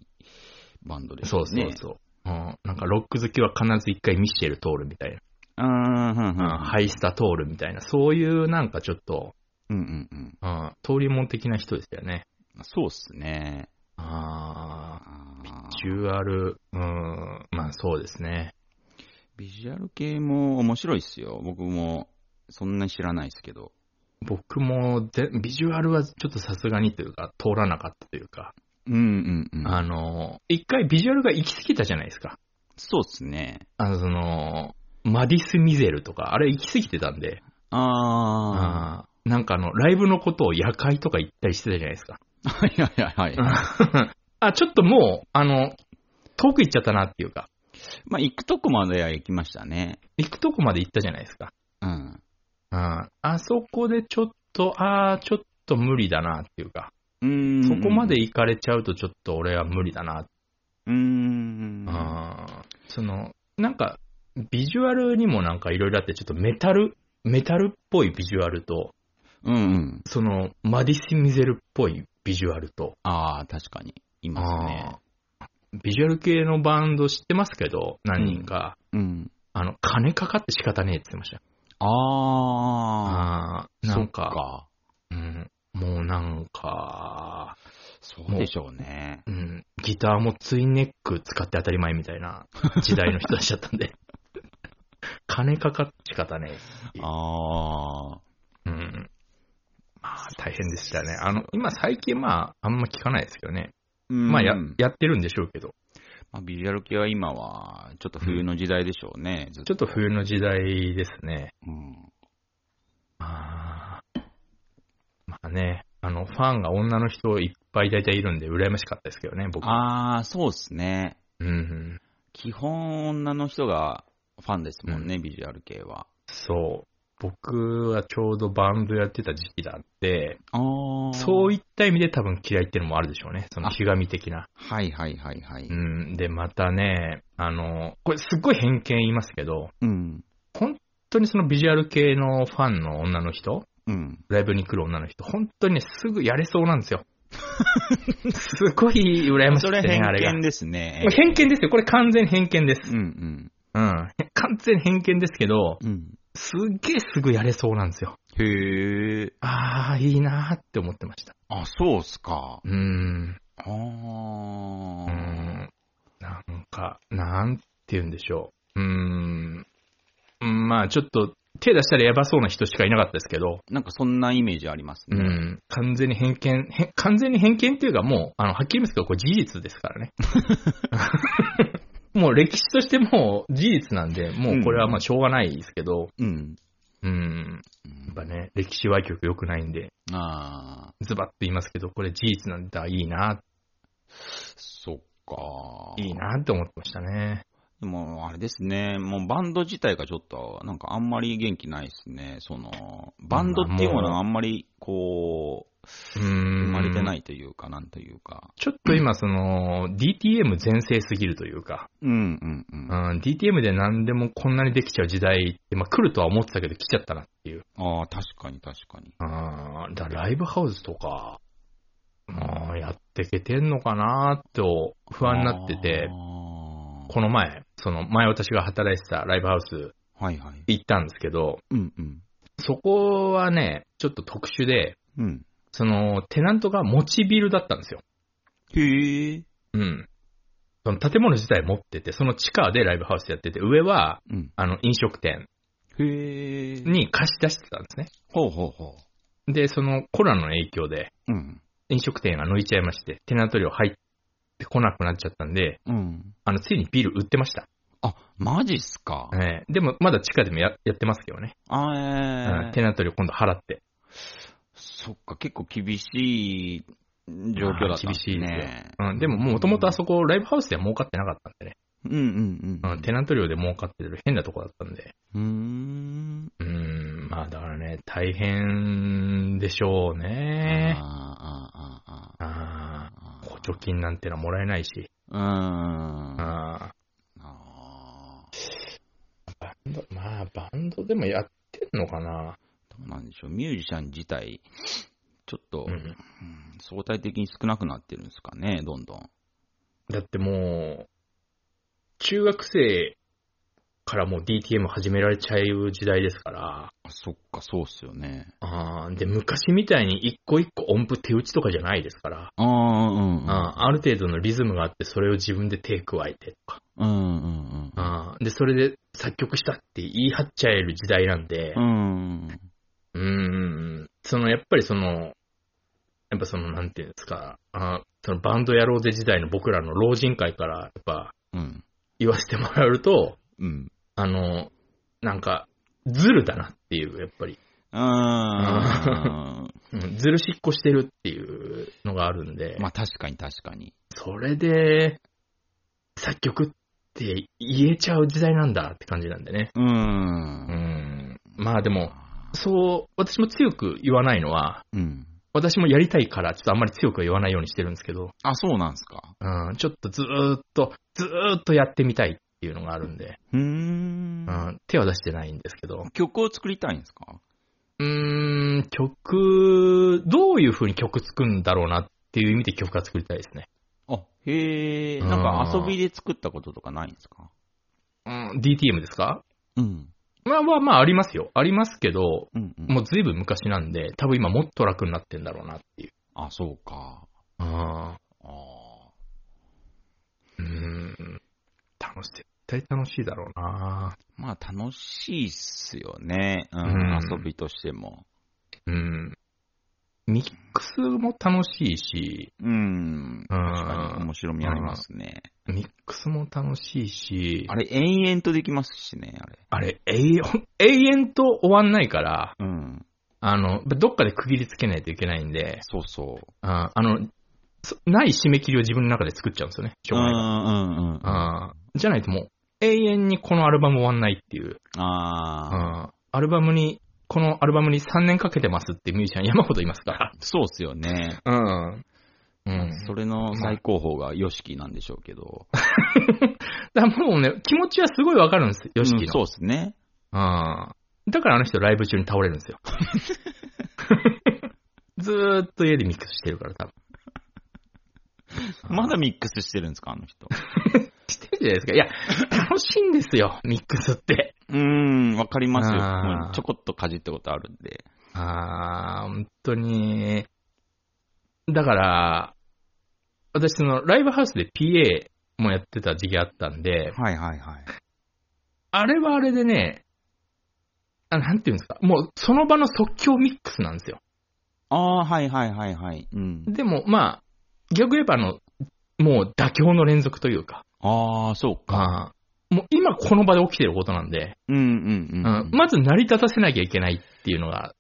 Speaker 2: バンドです
Speaker 1: そ
Speaker 2: ね。
Speaker 1: うそうそう。うん、なんかロック好きは必ず一回ミシェル通るみたい
Speaker 2: あーふんふん
Speaker 1: な、うん、ハイスタ通るみたいな、そういうなんかちょっと、
Speaker 2: うんうんうん。
Speaker 1: うん、登竜門的な人ですよね。
Speaker 2: そうっすね。
Speaker 1: ああ、
Speaker 2: あ
Speaker 1: ビ
Speaker 2: ー
Speaker 1: ジュアル、うん、まあそうですね。
Speaker 2: ビジュアル系も面白いっすよ。僕も、そんなに知らないっすけど。
Speaker 1: 僕もぜビジュアルはちょっとさすがにというか、通らなかったというか、
Speaker 2: うんうんうん。
Speaker 1: あの、一回ビジュアルが行き過ぎたじゃないですか。
Speaker 2: そうっすね。
Speaker 1: あの、その、マディス・ミゼルとか、あれ行き過ぎてたんで、
Speaker 2: あ
Speaker 1: あーなんかあの、ライブのことを夜会とか言ったりしてたじゃないですか。
Speaker 2: あ。 はいはいはいはい。
Speaker 1: あ、ちょっともう、あの、遠く行っちゃったなっていうか、
Speaker 2: まあ、行くとこまでは行きましたね。
Speaker 1: 行くとこまで行ったじゃないですか。
Speaker 2: うん。
Speaker 1: ああそこでちょっと、ああ、ちょっと無理だなっていうか、
Speaker 2: うん。
Speaker 1: そこまで行かれちゃうとちょっと俺は無理だな
Speaker 2: うん。
Speaker 1: あーその、なんか、ビジュアルにもなんかいろいろあって、ちょっとメタル、メタルっぽいビジュアルと、
Speaker 2: うんうん。
Speaker 1: その、マディス・ミゼルっぽいビジュアルと、
Speaker 2: ああ、確かに。いますね。
Speaker 1: あービジュアル系のバンド知ってますけど、何人か、
Speaker 2: うん。
Speaker 1: あの、金かかって仕方ねえって言ってました。
Speaker 2: あ
Speaker 1: ああ
Speaker 2: あ。
Speaker 1: ー、な
Speaker 2: そ
Speaker 1: ん
Speaker 2: っ
Speaker 1: か
Speaker 2: か。
Speaker 1: うん、もうなんか、
Speaker 2: そうでしょうね。
Speaker 1: うん、ギターもツインネック使って当たり前みたい な時代の人たちだったんで、金かかって仕方ねえっていう
Speaker 2: ああ。
Speaker 1: うん。まあ、大変でしたね。あの、今最近まあ、あんま聞かないですけどね。
Speaker 2: うん
Speaker 1: まあや、やってるんでしょうけど。
Speaker 2: まあビジュアル系は今は、ちょっと冬の時代でしょうね。ずっ
Speaker 1: ちょ
Speaker 2: と。
Speaker 1: っと冬の時代ですね。
Speaker 2: うん。
Speaker 1: あーまあね、あの、ファンが女の人いっぱい大体いるんで、羨ましかったですけどね、僕。
Speaker 2: ああ、そうっすね。
Speaker 1: うん。
Speaker 2: 基本女の人がファンですもんね、ビジュアル系は。
Speaker 1: そう。僕はちょうどバンドやってた時期だって、
Speaker 2: ああ。
Speaker 1: そう
Speaker 2: い
Speaker 1: いった意味で多分嫌いっていうのもあるでしょうね。その、ひがみ的な。
Speaker 2: はいはいはいはい。
Speaker 1: うん。で、またね、あの、これすっごい偏見言いますけど、
Speaker 2: うん。
Speaker 1: 本当にそのビジュアル系のファンの女の人、
Speaker 2: うん。
Speaker 1: ライブに来る女の人、本当にね、すぐやれそうなん ですよ。すごい羨まし
Speaker 2: そ
Speaker 1: くて
Speaker 2: れ
Speaker 1: ね、
Speaker 2: 偏
Speaker 1: あれが。
Speaker 2: 見ですね。
Speaker 1: 偏見ですよ。これ完全偏見です。
Speaker 2: うんうん。
Speaker 1: うん。完全偏見ですけど、
Speaker 2: うん。
Speaker 1: すっげえすぐやれそうなんですよ。
Speaker 2: へえ。
Speaker 1: ああ、いいなーって思ってました。
Speaker 2: あ、そうっすか。
Speaker 1: うーん。
Speaker 2: ああ。
Speaker 1: うーん。なんか、なんて言うんでしょう。うーん。うんまあ、ちょっと手出したらやばそうな人しかいなかったですけど、
Speaker 2: なんかそんなイメージあります
Speaker 1: う
Speaker 2: ね。
Speaker 1: ん、完全に偏見、へ完全に偏見っていうかもう、あの、はっきり言いますけど、これ事実ですから ね。もう歴史としてもう事実なんで、もうこれはまあしょうがないですけど、
Speaker 2: うん。
Speaker 1: うん、やっぱね、歴史歪曲良くないんで、
Speaker 2: ああ、
Speaker 1: ズバッと言いますけど、これ事実なんだ、いいな、
Speaker 2: そっか。
Speaker 1: いい。なって思ってましたね。
Speaker 2: でも、あれですね、もうバンド自体がちょっと、なんかあんまり元気ないですね。その、バンドっていうものがあんまり、こう、
Speaker 1: うん。。
Speaker 2: 生まれてないいというか、なんというか。
Speaker 1: ちょっと今、その、DTM 全盛すぎるというか、
Speaker 2: うんうんうん。
Speaker 1: う
Speaker 2: あ
Speaker 1: ん、DTM で何でもこんなにできちゃう時代って、まあ来るとは思ってたけど来ちゃったなっていう。
Speaker 2: あー、確かに確かに。
Speaker 1: あーだからライブハウスとか、まあやってけてんのかなと不安になってて
Speaker 2: あ、ー
Speaker 1: この前、その前私が働いてたライブハウス
Speaker 2: はいはい。
Speaker 1: 行ったんですけど、
Speaker 2: うんうん。
Speaker 1: そこはね、ちょっと特殊で、
Speaker 2: うん。
Speaker 1: そのテナントが持ちビルだったんですよ。
Speaker 2: へえ。
Speaker 1: うん。その建物自体持ってて、その地下でライブハウスやってて、上は、
Speaker 2: うん。
Speaker 1: あの、飲食店
Speaker 2: へえ。
Speaker 1: に貸し出してたんですね。
Speaker 2: ほうほうほ
Speaker 1: で、そのコロナの影響で
Speaker 2: う。うん。
Speaker 1: 飲食店が抜いちゃいまして、テナント料入ってこなくなっちゃったんで、
Speaker 2: うん。
Speaker 1: あの、ついにビール売ってました。
Speaker 2: あ、マジっすか。
Speaker 1: ええでも、まだ地下でもややってますけどね。
Speaker 2: あ
Speaker 1: うん
Speaker 2: ーえ
Speaker 1: テナント料今度払って。
Speaker 2: そっか、結構厳しい状況だったん
Speaker 1: 厳
Speaker 2: です
Speaker 1: しいです
Speaker 2: ね。
Speaker 1: よ。うん、でも、もともとあそこ、ライブハウスでは儲かってなかったんでね。
Speaker 2: うんうんうん。
Speaker 1: うん、テナント料で儲かってる変なとこだったんで。
Speaker 2: うーん。
Speaker 1: うーん、まあ、だからね、大変でしょうね。
Speaker 2: あーあーあ
Speaker 1: あ
Speaker 2: ーあ
Speaker 1: あ、
Speaker 2: ー
Speaker 1: 補助金なんてのはもらえないし。
Speaker 2: うーん。あ
Speaker 1: あ
Speaker 2: あー。
Speaker 1: あ、バンド、まあ、バンドでもやってんのかな。
Speaker 2: どうなんでしょう。ミュージシャン自体、ちょっと、
Speaker 1: うん。
Speaker 2: うん相対的に少なくなってるんですかね、どんどん。
Speaker 1: だってもう、中学生からもう DTM 始められちゃう時代ですから、
Speaker 2: あそっか、そうっすよね。
Speaker 1: あーで、昔みたいに一個一個音符手打ちとかじゃないですから、
Speaker 2: ああ、うんうん。
Speaker 1: あーある程度のリズムがあって、それを自分で手加えてとか、
Speaker 2: うんうん
Speaker 1: あーで、それで作曲したって言い張っちゃえる時代なんで
Speaker 2: う、ん。うん。
Speaker 1: うーん、そのやっぱりその、やっぱその、なんていうんですか、あーそのバンドやろうぜ時代の僕らの老人会から、やっぱ
Speaker 2: うん。
Speaker 1: 言わせてもらうと、
Speaker 2: うん。
Speaker 1: あの、なんか、ずるだなっていう、やっぱり。
Speaker 2: あ
Speaker 1: うんずるしっこしてるっていうのがあるんで、
Speaker 2: ーまあ確かに確かに。
Speaker 1: それで、作曲って言えちゃう時代なんだって感じなんでね。
Speaker 2: うー。
Speaker 1: うんん。まあでも、
Speaker 2: あ
Speaker 1: そう、私も強く言わないのは、
Speaker 2: ーうん。
Speaker 1: 私もやりたいから、ちょっとあんまり強くは言わないようにしてるんですけど、
Speaker 2: あ、そうなんすか。
Speaker 1: うん、ちょっとずーっと、ずーっとやってみたいっていうのがあるんで、
Speaker 2: うー。
Speaker 1: うんん、手は出してないんですけど、
Speaker 2: 曲を作りたいんですか
Speaker 1: うーん、曲、どういう風に曲作るんだろうなっていう意味で曲が作りたいですね。
Speaker 2: あ、へえ。
Speaker 1: うん
Speaker 2: なんか遊びで作ったこととかないんですか
Speaker 1: うん、DTM ですか
Speaker 2: うん。
Speaker 1: まあまあまあありますよ。ありますけど、
Speaker 2: うん、うん。
Speaker 1: もうずいぶん昔なんで、多分今もっと楽になってんだろうなっていう。
Speaker 2: あ、そうか。
Speaker 1: あ
Speaker 2: ああ。
Speaker 1: ーうーん。楽しい。絶対楽しいだろうな。
Speaker 2: まあ楽しいっすよね。うん。
Speaker 1: うん
Speaker 2: 遊びとしても。
Speaker 1: うん。ミックスも楽しいし、
Speaker 2: うん。
Speaker 1: う
Speaker 2: 確かに
Speaker 1: ん
Speaker 2: 面。白みありますね。
Speaker 1: ミックスも楽しいし、
Speaker 2: あれ、延々とできますしね、あれ。
Speaker 1: あれ、永遠、 永遠と終わんないから、
Speaker 2: うん。
Speaker 1: あの、どっかで区切りつけないといけないんで、
Speaker 2: そうそう。
Speaker 1: ああの、そない締め切りを自分の中で作っちゃうんですよね、しょ
Speaker 2: う
Speaker 1: うん
Speaker 2: う
Speaker 1: がない
Speaker 2: んうん。
Speaker 1: からあじゃないともう、永遠にこのアルバム終わんないっていう、
Speaker 2: ああ。
Speaker 1: あアルバムに、このアルバムに3年かけてますってミュージシャン山ほどいますか
Speaker 2: そうっすよね。
Speaker 1: ら。うん。うん。
Speaker 2: それの最高峰が YOSHIKI なんでしょうけど。
Speaker 1: だからもうね、気持ちはすごいわかるんですよ、YOSHIKI の。
Speaker 2: うんそうっすね。
Speaker 1: ああ。だからあの人ライブ中に倒れるん ですよ。ずーっと家でミックスしてるから多分。
Speaker 2: まだミックスしてるんですか、あの人。
Speaker 1: してるじゃないですか。いや、楽しいんですよ、ミックスって。
Speaker 2: うーん、わかりますよ。
Speaker 1: あー
Speaker 2: うんちょこっとかじったことあるんで。
Speaker 1: ああ、本当に。だから、私そのライブハウスで PA もやってた時期あったんで、
Speaker 2: はいはいはい。
Speaker 1: あれはあれでね、あなんていうんですか、もうその場の即興ミックスなんですよ。
Speaker 2: ああー、はいはいはいはい。うん。
Speaker 1: でも、まあ、逆に言えばあの、もう妥協の連続というか、
Speaker 2: ああ、そうか。
Speaker 1: まあ、もう今この場で起きてることなんで、
Speaker 2: うんうんうん。
Speaker 1: うんまず成り立たせなきゃいけないっていうのが、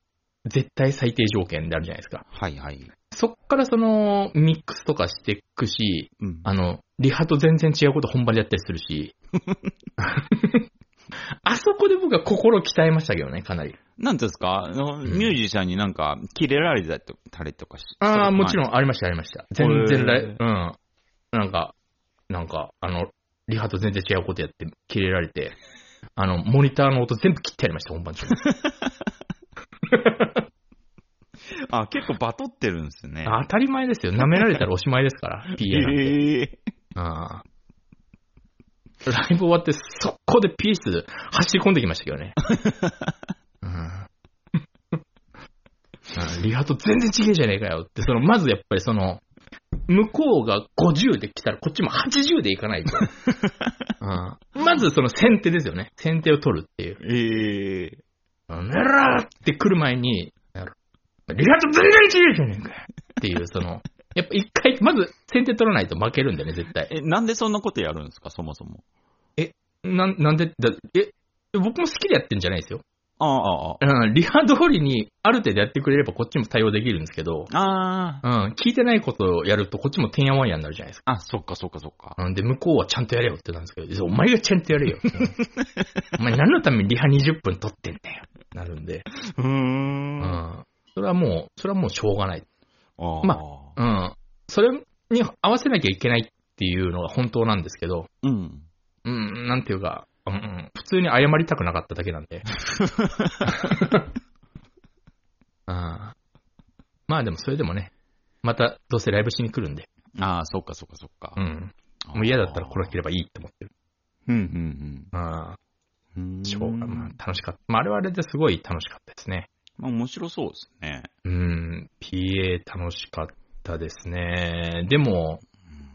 Speaker 1: 絶対最低条件であるじゃないですか。
Speaker 2: はいはい。
Speaker 1: そっからその、ミックスとかしていくし、
Speaker 2: うん。
Speaker 1: あの、リハと全然違うこと本番でやったりするし、あそこで僕は心鍛えましたけどね、かなり。
Speaker 2: なんていうんですか、あの
Speaker 1: ん
Speaker 2: ミュージシャンになんか、キレられたりとかし
Speaker 1: ああ、もちろ
Speaker 2: ん。
Speaker 1: んありました、ありました。全然ライ、
Speaker 2: へ
Speaker 1: うん。なんか、なんか、あの、リハと全然違うことやって、キレられて、あの、モニターの音全部切ってやりました、本番中。
Speaker 2: あ、結構バトってるんですね。
Speaker 1: 当たり前ですよ。舐められたらおしまいです から、PA なんて。
Speaker 2: ええ
Speaker 1: ああ。ライブ終わって、速攻でピース走り込んできましたけど ね。うんうんリハと全然違えじゃねえかよって、その、まずやっぱりその、向こうが50で来たらこっちも80でいかないと。うんまずその先手ですよね。先手を取るっていう。
Speaker 2: ええ
Speaker 1: ならーって来る前に、リハと全然違えじゃねえかよっていう、その、やっぱ一回、まず先手取らないと負けるんだよね、絶対。
Speaker 2: え、なんでそんなことやるんですか、そもそも。
Speaker 1: なん、なんで、だえ、僕も好きでやってんじゃないですよ。
Speaker 2: ああ、あ
Speaker 1: うん、リハ通りにある程度やってくれればこっちも対応できるんですけど、
Speaker 2: あ、ああ。
Speaker 1: うん、聞いてないことをやるとこっちもてんやわんやになるじゃないですか。
Speaker 2: あ、そっかそっかそっか。
Speaker 1: うん、で、向こうはちゃんとやれよってなんですけどいや、お前がちゃんとやれよ。 お前何のためにリハ20分取ってんだよ。なるんで、
Speaker 2: うー。
Speaker 1: うん
Speaker 2: あ
Speaker 1: ん。それはもう、それはもうしょうがない。
Speaker 2: あ。
Speaker 1: まうん。それに合わせなきゃいけないっていうのが本当なんですけど、
Speaker 2: うん。
Speaker 1: うん、なんていうか、うんうん、普通に謝りたくなかっただけなん で。あまあでもそれでもね、またどうせライブしに来るんで、
Speaker 2: ああ、そっかそっかそっか
Speaker 1: う。ん、もう嫌だったら来なければいいって思ってる。
Speaker 2: うんうん
Speaker 1: あ
Speaker 2: うん。うーん
Speaker 1: しょうがまあ楽しかった。まああれはあれですごい楽しかったですね。
Speaker 2: まあ面白そうですね。
Speaker 1: うん、PA 楽しかったですね。でも、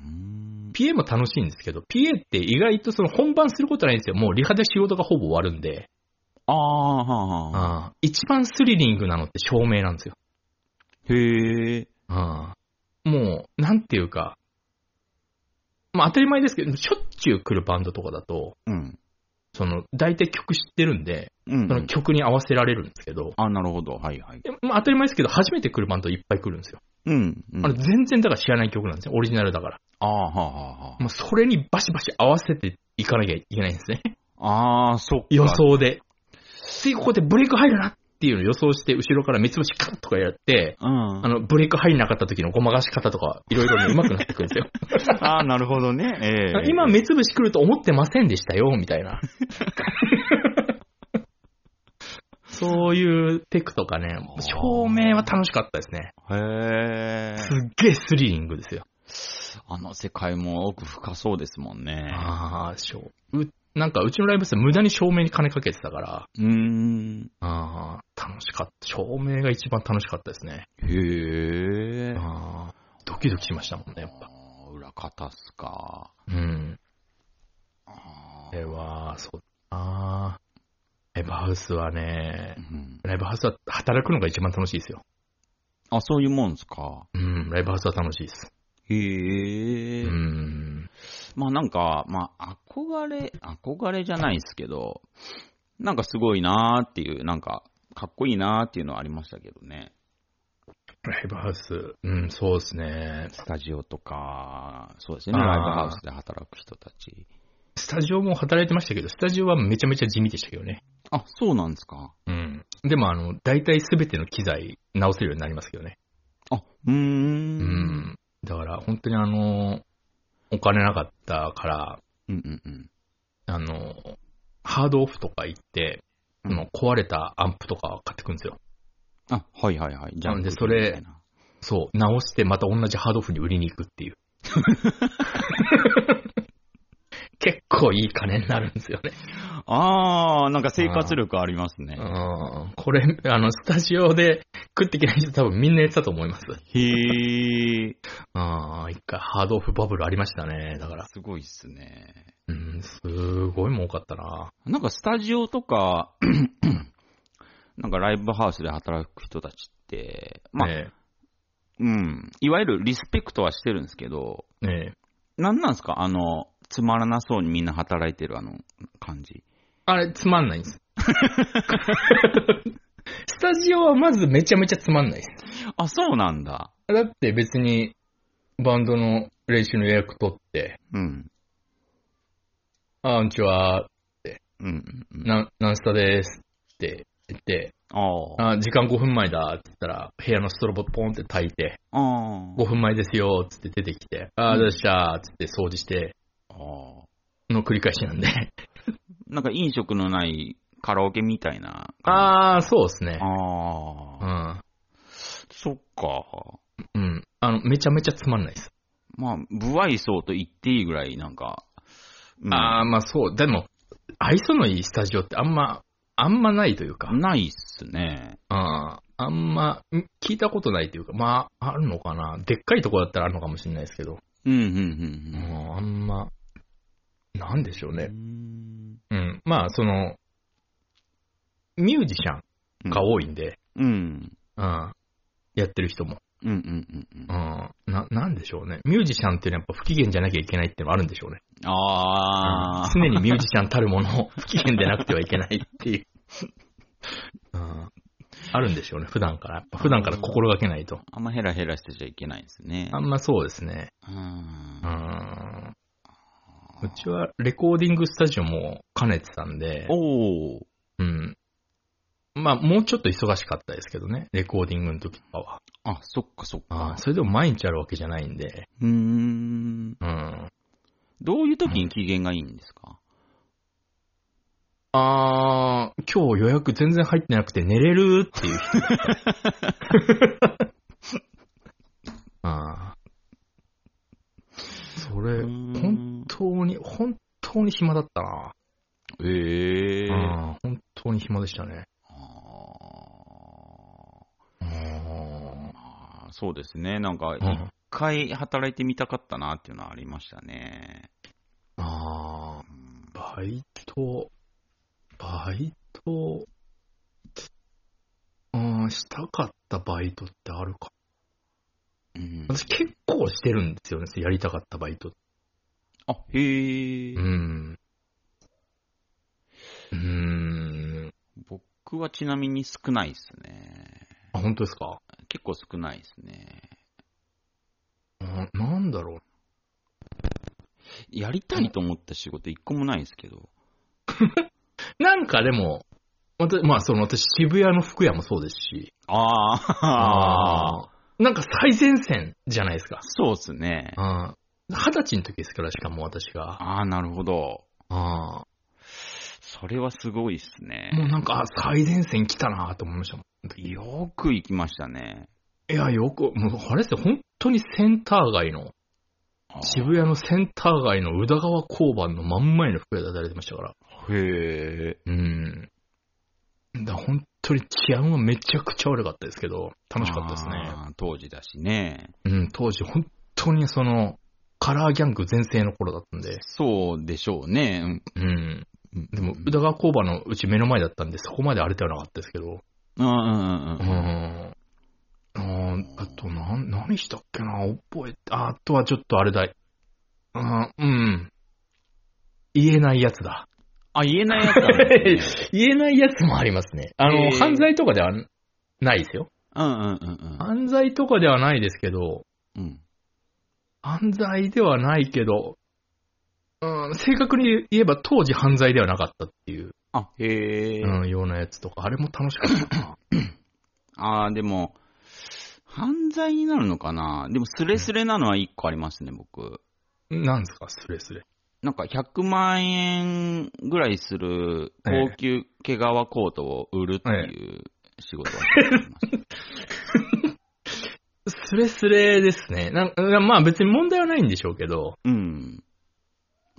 Speaker 2: うーん
Speaker 1: PA も楽しいんですけど、PA って意外とその本番することないんですよ。もうリハで仕事がほぼ終わるんで、
Speaker 2: ああ、はあはあ。
Speaker 1: あ一番スリリングなのって照明なんですよ。
Speaker 2: へえ。
Speaker 1: うんもう、なんていうか、まあ当たり前ですけど、しょっちゅう来るバンドとかだと、
Speaker 2: うん。
Speaker 1: その、大体曲知ってるんで、
Speaker 2: うんうん
Speaker 1: その曲に合わせられるんですけど、
Speaker 2: あ、なるほど。はいはい。
Speaker 1: でまあ当たり前ですけど、初めて来るバンドいっぱい来るんですよ。
Speaker 2: うん。うん
Speaker 1: あれ全然だから知らない曲なんですよ、オリジナルだから。
Speaker 2: ああ、はあはあ
Speaker 1: もうそれにバシバシ合わせていかなきゃいけないん ですね。
Speaker 2: はあ。ああ、そっか。
Speaker 1: 予想で。次ここでブレイク入るなっていうのを予想して、後ろから目つぶしカッとかやって、
Speaker 2: うん。
Speaker 1: あの、ブレイク入んなかった時のごまかし方とか、いろいろね、上手くなってくるんですよ。
Speaker 2: ああ、なるほど ね。 ええ
Speaker 1: 今、目つぶし来ると思ってませんでしたよ、みたい な。そういうテクとかね、照明は楽しかったですね。
Speaker 2: へえ。
Speaker 1: すっげえスリリングですよ。
Speaker 2: あの世界も奥深そうですもんね。
Speaker 1: ああ、照うなんかうちのライブ室無駄に照明に金かけてたから、
Speaker 2: うーん。
Speaker 1: ああ、楽しかった。照明が一番楽しかったですね。
Speaker 2: へえ。
Speaker 1: ああ、ドキドキしましたもんね、やっぱ。
Speaker 2: あー裏方っすか。
Speaker 1: うん。
Speaker 2: あ
Speaker 1: こ
Speaker 2: ー
Speaker 1: れは、そう、ああ、ライブハウスはね
Speaker 2: う、ん
Speaker 1: ライブハウスは働くのが一番楽しいですよ。
Speaker 2: あ、そういうもんっすか。
Speaker 1: うん、ライブハウスは楽しいです。
Speaker 2: へえ。
Speaker 1: うん。
Speaker 2: まあなんか、まあ憧れ、憧れじゃないですけど、なんかすごいなーっていう、なんか、かっこいいなーっていうのはありましたけどね。
Speaker 1: ライブハウス、うん、そうですね。
Speaker 2: スタジオとか、そうですね、ライブ
Speaker 1: あー
Speaker 2: ハウスで働く人たち。
Speaker 1: スタジオも働いてましたけど、スタジオはめちゃめちゃ地味でしたけどね。
Speaker 2: あ、そうなんですか。
Speaker 1: うん。でも、あの、大体すべての機材直せるようになりますけどね。
Speaker 2: あ、うー。
Speaker 1: うんん。だから、本当にあの、お金なかったから、
Speaker 2: うんうんうん。
Speaker 1: あの、ハードオフとか行って、その壊れたアンプとか買ってくんですよ。
Speaker 2: あ、はいはいはい。じゃあ、
Speaker 1: なんでそれ
Speaker 2: みたいな
Speaker 1: そう、直してまた同じハードオフに売りに行くって いう。結構いい金になるんですよね。
Speaker 2: あー、なんか生活力ありますね。
Speaker 1: うんこれ、あの、スタジオで食っていけない人多分みんなやってたと思います。
Speaker 2: へー。
Speaker 1: ああ、一回ハードオフバブルありましたね。だから、
Speaker 2: すごいっすね。
Speaker 1: うん、すごい儲かったな。
Speaker 2: なんかスタジオとか、 なんかライブハウスで働く人たちって、まあ、
Speaker 1: え
Speaker 2: うん、いわゆるリスペクトはしてるんですけど、
Speaker 1: えええ
Speaker 2: なんなんですかあの、つまらなそうにみんな働いてるあの感じ。
Speaker 1: あれ、つまんないんです。スタジオはまずめちゃめちゃつまんないです。
Speaker 2: あ、そうなんだ。
Speaker 1: だって別に、バンドの練習の予約取って、
Speaker 2: うん。
Speaker 1: あ、うんちは、
Speaker 2: うんうんうん。
Speaker 1: なん、なんスタですって言って、
Speaker 2: ああ。
Speaker 1: あ、時間5分前だって言ったら、部屋のストロボポンって炊いて、
Speaker 2: ああ。
Speaker 1: 5分前ですよってって出てきて、あ、
Speaker 2: うん
Speaker 1: どうしたってって掃除して、
Speaker 2: ああ。
Speaker 1: の繰り返しなんで。
Speaker 2: なんか飲食のないカラオケみたいな。
Speaker 1: あ
Speaker 2: あ。
Speaker 1: ー、そうですね。
Speaker 2: あ
Speaker 1: う
Speaker 2: あ。
Speaker 1: ん。
Speaker 2: そっか。
Speaker 1: うん。あの、めちゃめちゃつまんないです。
Speaker 2: まあ、不愛想と言っていいぐらい、なんか。うん
Speaker 1: あー、まあそう。でも、愛想のいいスタジオってあんま、あんまないというか、うん。
Speaker 2: ないっすね。
Speaker 1: あんま、ん聞いたことないというか、まあ、あるのかな。でっかいとこだったらあるのかもしれないですけど、
Speaker 2: うん、う
Speaker 1: う、
Speaker 2: ん、うんん
Speaker 1: あんま、なんでしょう
Speaker 2: うん。
Speaker 1: ね。うん。まあ、その、ミュージシャンが多いんで、
Speaker 2: うん。うん。
Speaker 1: うん。やってる人も。
Speaker 2: うん、うん、うんうん
Speaker 1: う。ん。な、なんでしょうね。ミュージシャンっていうのはやっぱ不機嫌じゃなきゃいけないっていうのはあるんでしょうね。
Speaker 2: ああ。
Speaker 1: 常にミュージシャンたるものを不機嫌でなくてはいけないっていう。うんあるんでしょうね、普段から。やっぱ普段から心がけないと。
Speaker 2: あんまヘラヘラしてちゃいけないですね。
Speaker 1: あんまそうですね。
Speaker 2: うん
Speaker 1: うん。うちはレコーディングスタジオも兼ねてたんで、
Speaker 2: おお。
Speaker 1: うん。まあ、もうちょっと忙しかったですけどね、レコーディングの時とかは。
Speaker 2: あ、そっかそっ
Speaker 1: ああ
Speaker 2: か。
Speaker 1: それでも毎日あるわけじゃないんで、
Speaker 2: うーん。
Speaker 1: うん。
Speaker 2: どういう時に機嫌がいいんですか
Speaker 1: あー、今日予約全然入ってなくて寝れるっていう人。 あーそれ、
Speaker 2: うー
Speaker 1: 本
Speaker 2: ん
Speaker 1: 当に、本当に暇だったな。
Speaker 2: ええ
Speaker 1: うん本当に暇でしたね。
Speaker 2: あ
Speaker 1: うん
Speaker 2: ーそうですね。なんか、
Speaker 1: う
Speaker 2: 一
Speaker 1: ん
Speaker 2: 回働いてみたかったなっていうのはありましたね。
Speaker 1: あー
Speaker 2: うん
Speaker 1: バイト、バイト、うん、したかったバイトってあるか。
Speaker 2: うん
Speaker 1: 私結構してるんですよね、やりたかったバイトって
Speaker 2: あ、へえ
Speaker 1: う。ん。うーん。
Speaker 2: 僕はちなみに少ないですね。
Speaker 1: あ、本当ですか、
Speaker 2: 結構少ないですね。
Speaker 1: うん、なんだろ
Speaker 2: やりたいと思った仕事一個もないですけど。
Speaker 1: う。なんかでも、私、まあその私渋谷の服屋もそうですし、
Speaker 2: ああ、
Speaker 1: あーなんか最前線じゃないですか。
Speaker 2: そうですね。
Speaker 1: うん二十歳の時ですから、しかも私が。
Speaker 2: ああ、なるほど。
Speaker 1: あ
Speaker 2: それはすごいっすね
Speaker 1: ー。もうなんか、あ最前線来たなと思いましたも
Speaker 2: よく行きましたね。
Speaker 1: ん。いや、よく、もうあれですよ、本当にセンター街の、渋谷のセンター街の宇田川交番の真ん前の服屋で働いてましたから。
Speaker 2: へえ。
Speaker 1: うん。だから本当に治安はめちゃくちゃ悪かったですけど、楽しかったですね。
Speaker 2: あー。当時だしね。
Speaker 1: うん、当時本当にその、カラーギャング全盛の頃だったんで、
Speaker 2: そうでしょうね。
Speaker 1: うん。
Speaker 2: うん
Speaker 1: でも、宇田川工場のうち目の前だったんで、そこまで荒れてはなかったですけど、
Speaker 2: うんうんうん
Speaker 1: う
Speaker 2: うん。
Speaker 1: ん。うん、あと、なん、何したっけな、覚えて、ああとはちょっとあれだい。うん、うん。言えないやつだ。
Speaker 2: あ、言えないやつあるんですね
Speaker 1: 言えないやつもありますね。あ
Speaker 2: へ
Speaker 1: の、
Speaker 2: ー
Speaker 1: 犯罪とかではないですよ。
Speaker 2: うんうんうん
Speaker 1: 犯罪とかではないですけど、
Speaker 2: うん。うん。
Speaker 1: 犯罪ではないけど、うん、正確に言えば当時犯罪ではなかったっていう、
Speaker 2: あ、へえ。
Speaker 1: うん、ようなやつとか、あれも楽しかったな。
Speaker 2: ああ、でも、犯罪になるのかなでも、スレスレなのは一個ありますね、僕。
Speaker 1: なんですか、スレスレ。
Speaker 2: なんか、100万円ぐらいする高級毛皮コートを売るっていう仕事をしてました。
Speaker 1: スレスレですね。なんなんまあ別に問題はないんでしょうけど、
Speaker 2: うん。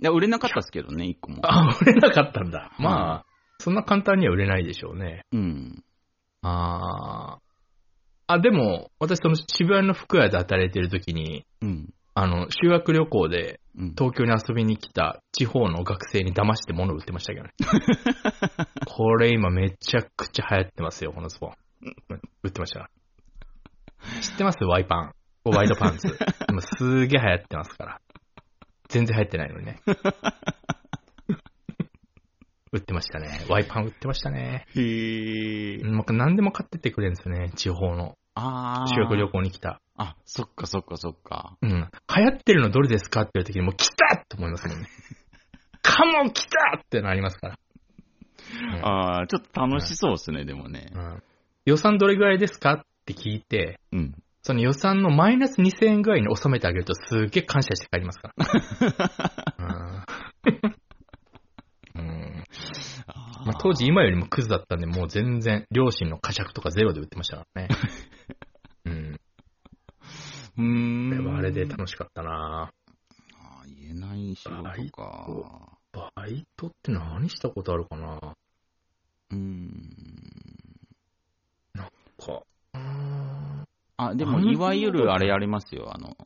Speaker 2: いや、売れなかったですけどね、一個も。
Speaker 1: あ、売れなかったんだ。まあ、そんな簡単には売れないでしょうね。
Speaker 2: うん。
Speaker 1: あーあ。でも、私その渋谷の服屋で働いてる時に、
Speaker 2: うん。
Speaker 1: あの、修学旅行で
Speaker 2: うん
Speaker 1: 東京に遊びに来た地方の学生に騙して物売ってましたけどね。これ今めちゃくちゃ流行ってますよ、このズボン。売ってました。知ってますワイパン。ワイドパンツ。今すげえ流行ってますから。全然流行ってないのにね。売ってましたね。ワイパン売ってましたね。
Speaker 2: へえ。
Speaker 1: なんか何でも買ってってくれるんですよね、地方の。
Speaker 2: ああ。
Speaker 1: 修学旅行に来た。
Speaker 2: あ、そっかそっかそっか。
Speaker 1: うん。流行ってるのどれですかって言う時にもう来たって思いますもんね。カモン来たってなりますから。うん
Speaker 2: ああ、ちょっと楽しそうですね、でもね。
Speaker 1: うん予算どれぐらいですかって聞いて、
Speaker 2: うん。
Speaker 1: その予算のマイナス2000円ぐらいに収めてあげるとすっげえ感謝して帰りますから。うんうん
Speaker 2: あー
Speaker 1: まあ、当時今よりもクズだったんで、もう全然両親の呵責とかゼロで売ってましたからね。うん。
Speaker 2: うー
Speaker 1: あ
Speaker 2: ん。
Speaker 1: れはあれで楽しかったな
Speaker 2: あー言えない仕事か。
Speaker 1: バイトって何したことあるかな
Speaker 2: うーん。
Speaker 1: か。うーん。
Speaker 2: あ、で
Speaker 1: あ
Speaker 2: も、
Speaker 1: の
Speaker 2: いわゆるあれありますよ。あの、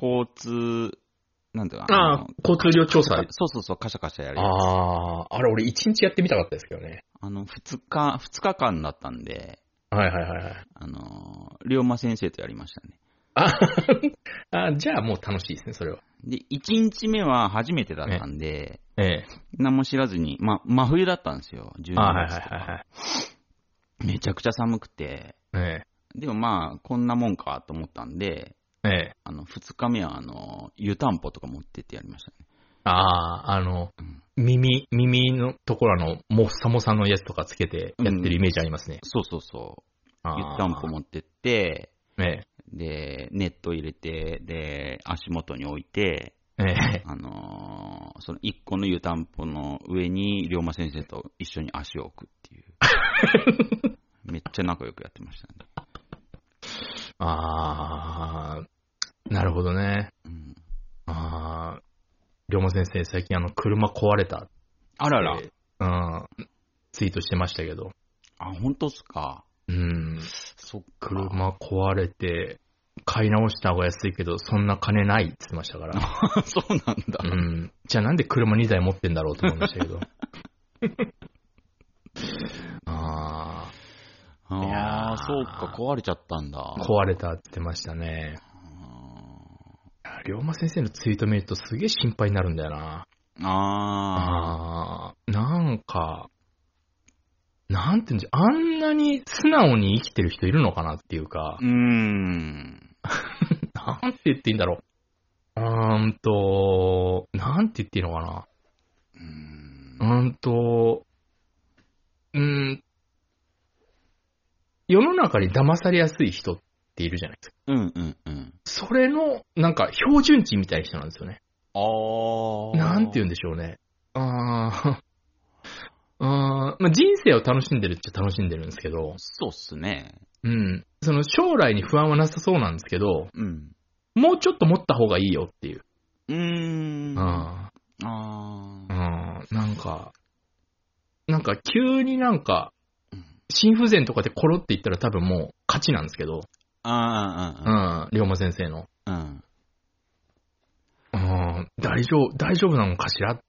Speaker 2: 交通、なんていうか。
Speaker 1: ああ
Speaker 2: の、
Speaker 1: 交通量調査
Speaker 2: カシャ。そうそうそう、カシャカシャやるやつ。
Speaker 1: ああ、あれ俺一日やってみたかったですけどね。
Speaker 2: あの、二日、二日間だったんで、
Speaker 1: はいはいはいはい。
Speaker 2: あの、龍馬先生とやりましたね。
Speaker 1: ああ、 じゃあもう楽しいですね、それは。
Speaker 2: で、一日目は初めてだったんで、
Speaker 1: ええ。
Speaker 2: 何も知らずに、まあ、真冬だったんですよ。12月とか。
Speaker 1: あはいはいはいはい。
Speaker 2: めちゃくちゃ寒くて、
Speaker 1: え
Speaker 2: でもまあ、こんなもんかと思ったんで、
Speaker 1: え。ええ。
Speaker 2: あの、二日目は、あの、湯たんぽとか持ってってやりましたね。
Speaker 1: ああー、あの
Speaker 2: うん、
Speaker 1: 耳、耳のところの、もっさもさのやつとかつけてやってるイメージありますね。
Speaker 2: そうそうそう。
Speaker 1: あ
Speaker 2: 湯
Speaker 1: ー
Speaker 2: たんぽ持ってって、
Speaker 1: え
Speaker 2: で、ネット入れて、で、足元に置い て、
Speaker 1: え。ええ。
Speaker 2: あのーその一個の湯たんぽの上に、龍馬先生と一緒に足を置くっていう。 めっちゃ仲良くやってましたね。
Speaker 1: ああ、なるほどね。
Speaker 2: うん、
Speaker 1: ああ、龍馬先生、最近あの、車壊れたって、
Speaker 2: あらら。
Speaker 1: うん、ツイートしてましたけど、
Speaker 2: あ、本当っすか。
Speaker 1: うん、
Speaker 2: そっか。
Speaker 1: 車壊れて、買い直した方が安いけど、そんな金ないって言ってました から、
Speaker 2: そうなんだ。
Speaker 1: うん、じゃあなんで車2台持ってんだろうと思いま したけど。あいや
Speaker 2: あ
Speaker 1: ー
Speaker 2: あ、そうか、壊れちゃったんだ。
Speaker 1: あ、壊れたって言ってましたね。龍馬先生のツイート見るとすげえ心配になるんだよな。
Speaker 2: あ
Speaker 1: あ
Speaker 2: あ
Speaker 1: あ、なんか、なんていうんじゃ、あんなに素直に生きてる人いるのかなっていう か
Speaker 2: ー。う、ーん。
Speaker 1: なんて言っていいんだろう。うーんと、なんて言っていいのか
Speaker 2: うーん
Speaker 1: な。うーんと、うーん、世の中に騙されやすい人っているじゃないですか。
Speaker 2: うんうんうん。
Speaker 1: それの、なんか、標準値みたいな人なんですよね。
Speaker 2: ああ。
Speaker 1: なんて言うんでしょうね。ああ、あーまあ、人生を楽しんでるっちゃ楽しんでるんですけど、
Speaker 2: そうっすね。
Speaker 1: うん。その将来に不安はなさそうなんですけど、
Speaker 2: うん。
Speaker 1: もうちょっと持った方がいいよっていう。
Speaker 2: うーん。あ
Speaker 1: あ
Speaker 2: あ
Speaker 1: あ、う。ん。なんか、なんか急になんか
Speaker 2: うん、
Speaker 1: 心不全とかでコロっていったら多分もう勝ちなんですけど、
Speaker 2: あ
Speaker 1: う
Speaker 2: あ、
Speaker 1: ん。龍馬先生の。
Speaker 2: うんうん。うん。
Speaker 1: うん。大丈夫、大丈夫なのかしら
Speaker 2: あ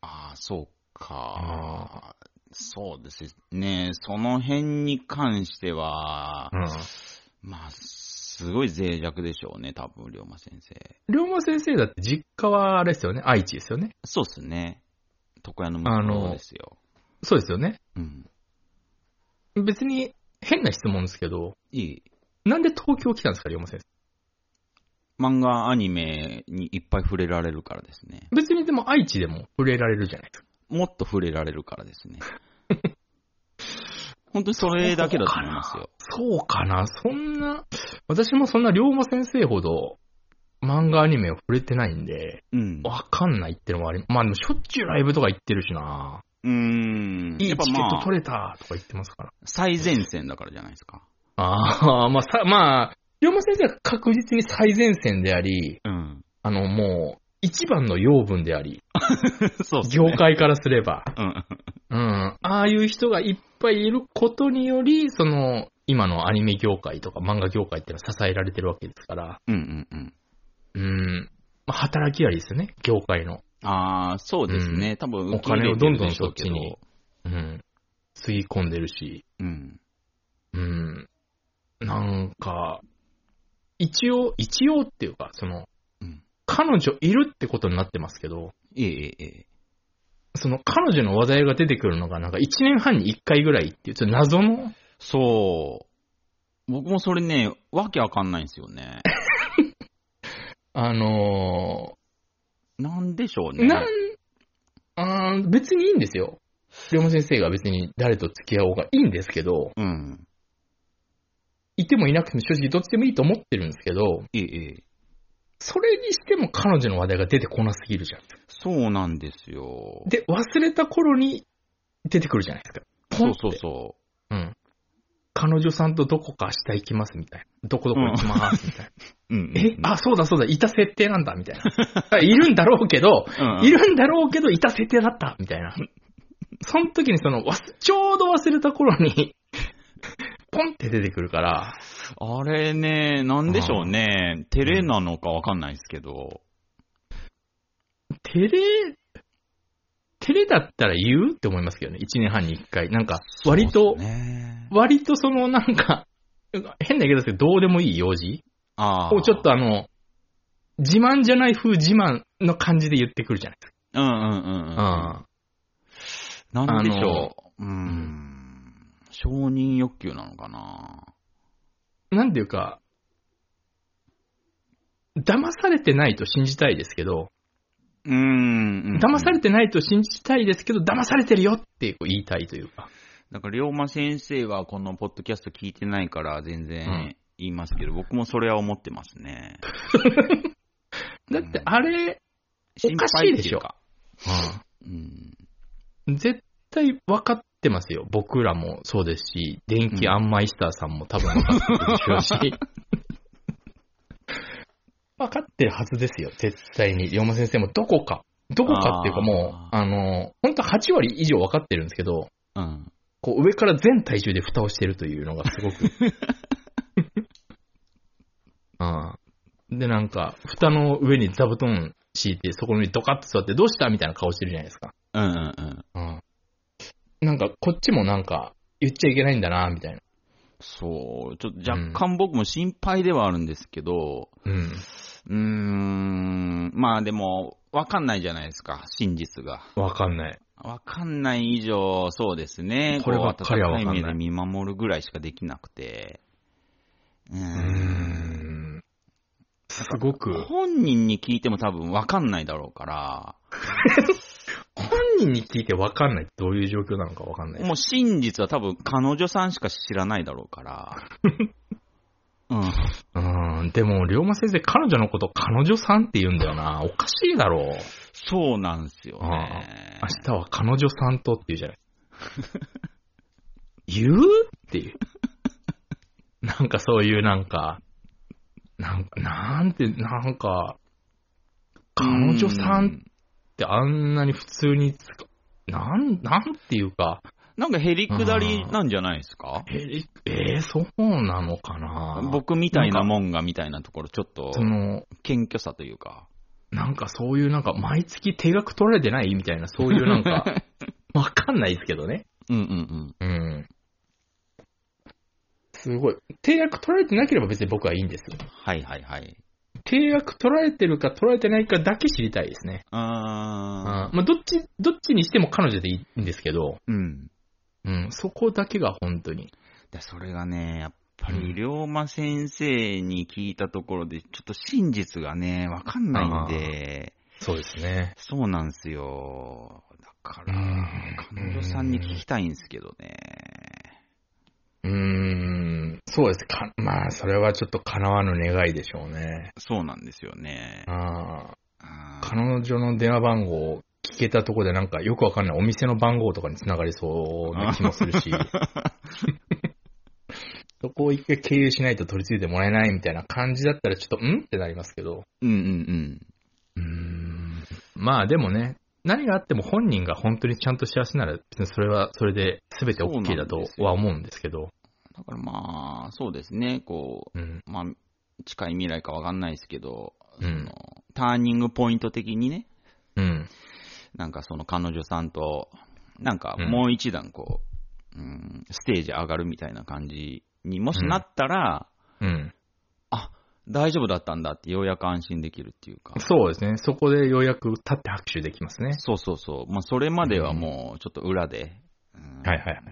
Speaker 2: あ、そう
Speaker 1: あ
Speaker 2: か。そうですね。その辺に関しては
Speaker 1: う、ん。
Speaker 2: まあ、すごい脆弱でしょうね、多分、龍馬先生。
Speaker 1: 龍馬先生だって実家はあれですよね、愛知ですよね。
Speaker 2: そうっすね。床屋の向こうですよ。
Speaker 1: そうですよね。
Speaker 2: うん。
Speaker 1: 別に変な質問ですけど、
Speaker 2: いい。
Speaker 1: なんで東京来たんですか、龍馬先生。
Speaker 2: 漫画、アニメにいっぱい触れられるからですね。
Speaker 1: 別にでも愛知でも触れられるじゃないですか。
Speaker 2: もっと触れられるからで すね。本当にそれだけだと思いますよ。
Speaker 1: そうかな、そんな、私もそんな龍馬先生ほど漫画アニメを触れてないんで、
Speaker 2: うん。
Speaker 1: わかんないってのもあり、まあでもしょっちゅうライブとか行ってるしな、
Speaker 2: うーん。
Speaker 1: いいチ
Speaker 2: やっぱ
Speaker 1: ケッ
Speaker 2: ま
Speaker 1: ト
Speaker 2: あ、
Speaker 1: 取れたとか言ってますから。
Speaker 2: 最前線だからじゃないですか。
Speaker 1: ああ、まあさ、まあ、龍馬先生は確実に最前線であり、
Speaker 2: うん。
Speaker 1: あのもう、一番の養分であり、
Speaker 2: そうっすね。
Speaker 1: 業界からすれば。
Speaker 2: うん。
Speaker 1: うん。ああいう人がいっぱいいることにより、その、今のアニメ業界とか漫画業界っていうのは支えられてるわけですから、
Speaker 2: うんうんうん。
Speaker 1: うん、まあ、働きありですよね、業界の。
Speaker 2: ああ、そうですね。多分、
Speaker 1: お金をどんどん
Speaker 2: 受け入れてるでしょうけ
Speaker 1: そっちにうん。つぎ込んでるし、
Speaker 2: うん。
Speaker 1: うん。なんか、一応、一応っていうか、その、
Speaker 2: うん
Speaker 1: 彼女いるってことになってますけど、
Speaker 2: ええええええ。
Speaker 1: その彼女の話題が出てくるのが、なんか1年半に1回ぐらいっていう、ちょっと謎の、
Speaker 2: そう。僕もそれね、わけわかんないんですよね。
Speaker 1: あの
Speaker 2: なんでしょう
Speaker 1: ー
Speaker 2: ね。
Speaker 1: なん、あー別にいいんですよ。龍馬先生が別に誰と付き合おうがいいんですけど、
Speaker 2: うん。
Speaker 1: いてもいなくても正直どっちでもいいと思ってるんですけど、
Speaker 2: ええええ。
Speaker 1: それにしても彼女の話題が出てこなすぎるじゃん。
Speaker 2: そうなんですよ。
Speaker 1: で、忘れた頃に出てくるじゃないですか。ポン
Speaker 2: そ
Speaker 1: っ
Speaker 2: う
Speaker 1: て
Speaker 2: そうそ
Speaker 1: うん。彼女さんとどこか明日行きますみたいな。どこどこ行きますみたいな。
Speaker 2: う。うん。
Speaker 1: え、あ、そうだそうだ、いた設定なんだみたいな。 あいるんだろうけど、
Speaker 2: うん、
Speaker 1: いるんだろうけど、いた設定だったみたいな。その時にその、忘ちょうど忘れた頃に、ポンって出てくるから、
Speaker 2: あれね、なんでしょうね。照れなのかわかんないですけど。
Speaker 1: 照れ、照れだったら言うって思いますけどね。1年半に1回。なんか、割と
Speaker 2: そう、ですね。
Speaker 1: 割とそのなんか、変な言い方ですけど、どうでもいい用事
Speaker 2: ああ。
Speaker 1: をちょっ。とあの、自慢じゃない風自慢の感じで言ってくるじゃないです
Speaker 2: うんうんうんうん。
Speaker 1: か。
Speaker 2: なんでしょう。うーん。承認欲求なのかな。
Speaker 1: うん。なんていうか、騙されてないと信じたいですけど、
Speaker 2: うーん。
Speaker 1: 騙さ
Speaker 2: れ
Speaker 1: れてないと信じたいですけど、騙されてるよってこう言いたいというか。
Speaker 2: だから、龍馬先生はこのポッドキャスト聞いてないから全
Speaker 1: うん
Speaker 2: 然言いますけど、僕もそれは思ってますね。
Speaker 1: だってあれ、お
Speaker 2: 心
Speaker 1: かし
Speaker 2: 配
Speaker 1: い
Speaker 2: っ
Speaker 1: で
Speaker 2: て
Speaker 1: し
Speaker 2: い
Speaker 1: ょ
Speaker 2: うか。うん。
Speaker 1: 絶対分かってますよ。僕らもそうですし、電気アンマイスターさんも多分分かってるでしょうし。 分かってるはずですよ。絶対に。龍馬先生もどこか。どこかっていうか
Speaker 2: あー
Speaker 1: もう、あの、本当8割以上分かってるんですけど、
Speaker 2: うん。
Speaker 1: こう上から全体重で蓋をしてるというのがすごく。 うん、で、なんか、蓋の上に座布団敷いて、そこにドカッと座って、どうしたみたいな顔してるじゃないですか。
Speaker 2: うんうんうん。
Speaker 1: うん。なんか、こっちもなんか、言っちゃいけないんだな、みたいな。
Speaker 2: そう。ちょっと若干僕も心配ではあるんですけど、
Speaker 1: うん。
Speaker 2: うーん。まあでも、わかんないじゃないですか、真実が。
Speaker 1: わかんない。
Speaker 2: わかんない以上、そうですね。
Speaker 1: こればっかりは
Speaker 2: こう
Speaker 1: わかんない
Speaker 2: 温かい目で見守るぐらいしかできなくて。うー
Speaker 1: うー
Speaker 2: ん。
Speaker 1: ん。すごく、
Speaker 2: 本人に聞いても多分わかんないだろうから、
Speaker 1: 本人に聞いてわかんない。どういう状況なのかわかんない。
Speaker 2: もう真実は多分彼女さんしか知らないだろう から。うん。
Speaker 1: うん。でも、龍馬先生、彼女のこと彼女さんって言うんだよな。おかしいだろう。
Speaker 2: そうなんですよね。
Speaker 1: 明日は彼女さんとって言うじゃない。言うっていう。なんかそういうなんか、なんか、なんて、なんか、彼女さんっってあんなに普通に使う、なん、なんていうか、
Speaker 2: うんなんかへりくだりなんじゃないですか
Speaker 1: えー、えーそうなのかな
Speaker 2: 僕みたいなもんがみたいなところ、ちょっと
Speaker 1: その、
Speaker 2: 謙虚さというか。
Speaker 1: なんかそういうなんか、毎月定額取られてないみたいな、そういうなんか、わかんないですけどね。
Speaker 2: うんうんうん。
Speaker 1: うん。すごい。定額取られてなければ別に僕はいいんです。
Speaker 2: はいはいはい。
Speaker 1: 定額取られてるか取られてないかだけ知りたいですね。
Speaker 2: う
Speaker 1: うん。
Speaker 2: ーん。
Speaker 1: まあ、どっち、どっちにしても彼女でいいんですけど、
Speaker 2: うん。
Speaker 1: うん、そこだけが本当に。
Speaker 2: で、それがね、やっぱ
Speaker 1: う
Speaker 2: り、
Speaker 1: ん
Speaker 2: 龍馬先生に聞いたところで、ちょっと真実がね、わかんないんで、
Speaker 1: そうですね。
Speaker 2: そうなんですよ。だか
Speaker 1: う
Speaker 2: ら、
Speaker 1: ん
Speaker 2: 彼女さんに聞きたいんですけどね。
Speaker 1: うーん、そうですか。まあ、それはちょっと叶わぬ願いでしょうね。
Speaker 2: そうなんですよね。
Speaker 1: あ
Speaker 2: あ
Speaker 1: あ
Speaker 2: ー
Speaker 1: 彼女の電話番号を聞けたとこでなんかよくわかんないお店の番号とかに繋がりそうな気もする し。そこを一回経由しないと取り付いてもらえないみたいな感じだったらちょっと、んってなりますけど。
Speaker 2: うんうん
Speaker 1: うーん。まあでもね、何があっても本人が本当にちゃんと幸せなら、別にそれはそれで全て OK だとは思うんですけど。
Speaker 2: うん。だからまあ、そうですね、こ
Speaker 1: うん。
Speaker 2: う、まあ、近い未来かわかんないですけど、その
Speaker 1: うん
Speaker 2: ターニングポイント的にね、
Speaker 1: うん。
Speaker 2: なんかその彼女さんと、なんかもう一段こう、うん、ステージ上がるみたいな感じにもしなったら、
Speaker 1: うん。
Speaker 2: あ、大丈夫だったんだってようやく安心できるっていうか。
Speaker 1: そうですね。そこでようやく立って拍手できますね。
Speaker 2: そうそうそう。まあ、それまではもう、ちょっと裏で、うん
Speaker 1: はいはい。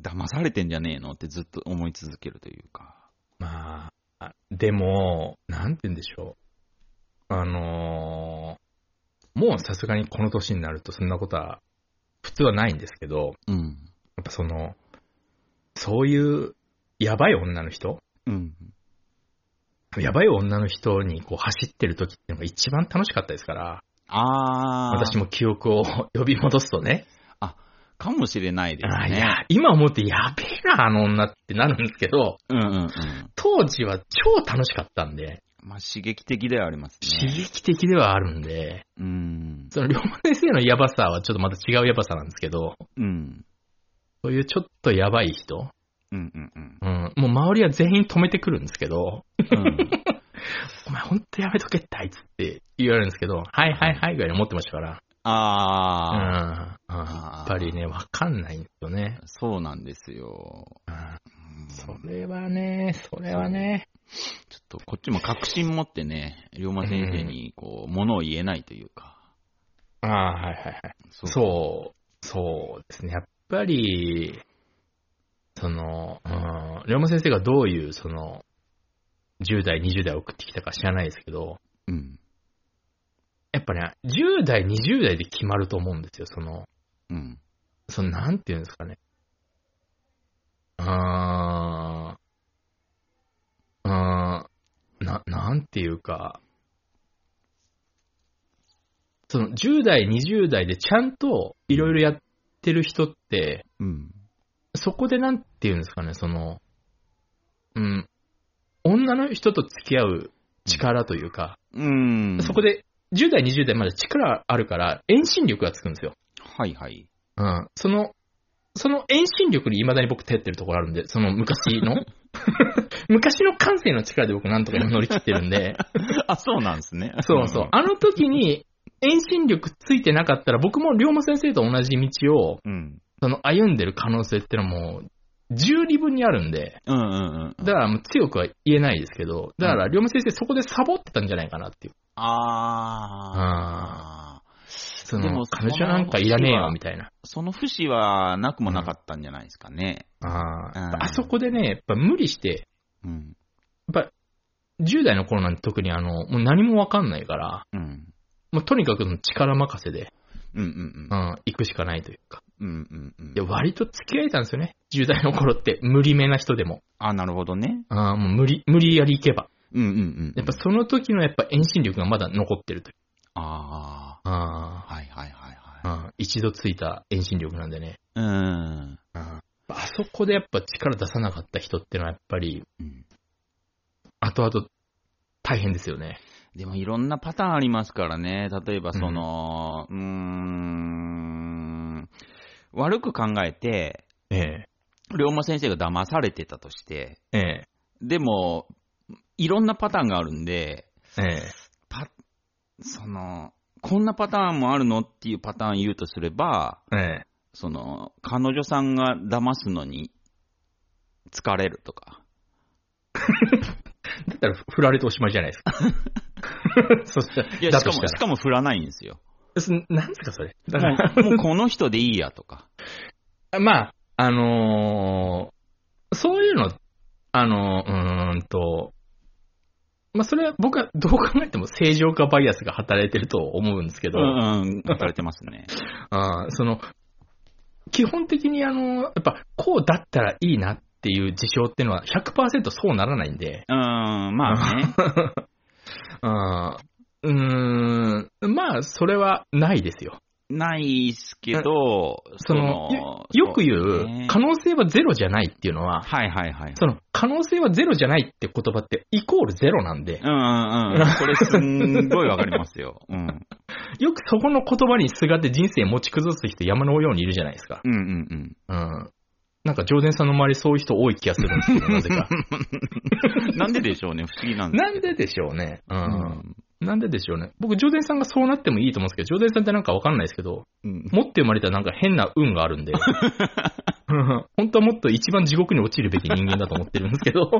Speaker 2: 騙されてんじゃねえのってずっと思い続けるというか。
Speaker 1: まあ、でも、なんて言うんでしょう。あのーもうさすがにこの年になるとそんなことは普通はないんですけど、
Speaker 2: うん。
Speaker 1: やっぱその、そういうやばい女の人
Speaker 2: うん。
Speaker 1: やばい女の人にこう走ってる時っていうのが一番楽しかったですから、
Speaker 2: あー、
Speaker 1: 私も記憶を 呼び戻すとね、
Speaker 2: かもしれないです
Speaker 1: あい
Speaker 2: ね。
Speaker 1: や、今思ってやべえな、あの女ってなるんですけど、
Speaker 2: うんうんうん。
Speaker 1: 当時は超楽しかったんで、
Speaker 2: まあ、刺激的ではあります
Speaker 1: 刺
Speaker 2: ね。
Speaker 1: 激的ではあるんで、
Speaker 2: うん。
Speaker 1: その龍馬先生のやばさはちょっとまた違うやばさなんですけど、
Speaker 2: うん。
Speaker 1: そういうちょっとやばい人、
Speaker 2: うんう んうん。
Speaker 1: うん、もう周りは全員止めてくるんですけど、
Speaker 2: うん
Speaker 1: お前ほんとやめとけってあいつって言われるんですけど、はいはいはいぐらいに思ってましたから、うん、
Speaker 2: あー、
Speaker 1: うんやっぱりね、わかんないんですよね。
Speaker 2: そうなんですよ。
Speaker 1: うん
Speaker 2: うん
Speaker 1: それはね、それはね、
Speaker 2: ちょっとこっちも確信持ってね、龍馬先生にこう、ものを言えないというか。
Speaker 1: ああ、はいはいはい。
Speaker 2: そ
Speaker 1: そう、そうですね。やっぱり、その、うん、龍馬先生がどういう、その、10代、20代を送ってきたか知らないですけど、
Speaker 2: う。うん。
Speaker 1: やっぱね、10代、20代で決まると思うんですよ、その、
Speaker 2: うん。
Speaker 1: その、なんていうんですかね。うーん、うーん、な、なんていうか、その、10代、20代でちゃんといろいろやってる人って、
Speaker 2: うん。
Speaker 1: そこでなんていうんですかね、その、うん、女の人と付き合う力というか、
Speaker 2: うん。
Speaker 1: そこで、10代、20代まで力あるから、遠心力がつくんですよ。
Speaker 2: はいはい。
Speaker 1: うん。その、その遠心力に未だに僕頼ってるところあるんで、その昔 の、昔の感性の力で僕なんとか今乗り切ってるん で、
Speaker 2: あ、そうなんですね。
Speaker 1: そうそう。あの時に遠心力ついてなかったら、僕も龍馬先生と同じ道を、
Speaker 2: うん。
Speaker 1: その歩んでる可能性ってのはもう、十二分にあるんで、
Speaker 2: うんうんうん。
Speaker 1: だからもう強くは言えないですけど、だから龍馬先生そこでサボってたんじゃないかなっていう。
Speaker 2: ああ。
Speaker 1: そ
Speaker 2: でも
Speaker 1: の、
Speaker 2: その
Speaker 1: 彼女なんかいらねえよみたいな。
Speaker 2: その節はなくもなかったんじゃないですかね。
Speaker 1: あ
Speaker 2: うん
Speaker 1: ーあそこでね、やっぱ無理して、
Speaker 2: うん。
Speaker 1: やっぱ、10代の頃なんて特にあの、もう何もわかんないから、
Speaker 2: うん。
Speaker 1: もうとにかくの力任せで、
Speaker 2: うんうん
Speaker 1: う
Speaker 2: うん
Speaker 1: ん、行くしかないというか。
Speaker 2: うんうんうん。
Speaker 1: で、割と付き合えたんですよね。10代の頃って、無理めな人でも。
Speaker 2: あ、なるほどね。
Speaker 1: あーもう無理、無理やり行けば。
Speaker 2: うんうんうん。
Speaker 1: やっぱその時のやっぱ遠心力がまだ残ってるという。
Speaker 2: あ
Speaker 1: あ
Speaker 2: あ。はいはいはい
Speaker 1: ー
Speaker 2: は
Speaker 1: う
Speaker 2: い。
Speaker 1: ん一度ついた遠心力なんでね。
Speaker 2: うん。
Speaker 1: ああそこでやっぱ力出さなかった人ってのはやっぱり、
Speaker 2: うん
Speaker 1: 後々大変ですよね。
Speaker 2: でもいろんなパターンありますからね。例えばその、うーん、悪く考えて、
Speaker 1: ええ、
Speaker 2: 龍馬先生が騙されてたとして、
Speaker 1: ええ、
Speaker 2: でも、いろんなパターンがあるんで、
Speaker 1: ええ、
Speaker 2: パその、こんなパターンもあるのっていうパターン言うとすれば、
Speaker 1: ええ。
Speaker 2: その、彼女さんが騙すのに疲れるとか。
Speaker 1: だったら振られておしまいじゃないです か。そした
Speaker 2: いや、
Speaker 1: だ
Speaker 2: し
Speaker 1: と
Speaker 2: か
Speaker 1: し
Speaker 2: も、
Speaker 1: た
Speaker 2: しかも振らないんですよ。
Speaker 1: ら。すなんですか、それ。だか
Speaker 2: も
Speaker 1: ら、
Speaker 2: うもうこの人でいいやと か。
Speaker 1: まあ、あのーそういうの、あのーうーんと、まあ、それは僕はどう考えても正常化バイアスが働いてると思うんですけ
Speaker 2: う
Speaker 1: ど、
Speaker 2: んうん、働いてますね。
Speaker 1: あーその、基本的にあの、やっぱ、こうだったらいいなっていう事象っていうのは100%そうならないんで、
Speaker 2: うーん、まあね。
Speaker 1: あーうーん、まあ、それはないですよ。
Speaker 2: ないっすけど、
Speaker 1: その、よよく言
Speaker 2: そう
Speaker 1: う
Speaker 2: ね、
Speaker 1: 可能性はゼロじゃないっていうのは、
Speaker 2: はいはいはい。
Speaker 1: その、可能性はゼロじゃないって言葉って、イコールゼロなんで
Speaker 2: う、んうん うん。これすんごいわかりますよ。うん。
Speaker 1: よくそこの言葉にすがって人生持ち崩す人山のようにいるじゃないですか。
Speaker 2: うんうんうん。
Speaker 1: うん。なんか、常前さんの周りそういう人多い気がするんです けど、なぜか。
Speaker 2: なんででしょうね、不思議なんです
Speaker 1: なんででしょうね。う
Speaker 2: けど。
Speaker 1: ん。
Speaker 2: うん
Speaker 1: なんででしょうね。僕、ジョゼンさんがそうなってもいいと思うんですけど、ジョゼンさんってなんかわかんないですけど、
Speaker 2: うん。
Speaker 1: 持って生まれたなんか変な運があるん で、本当はもっと一番地獄に落ちるべき人間だと思ってるんですけ ど、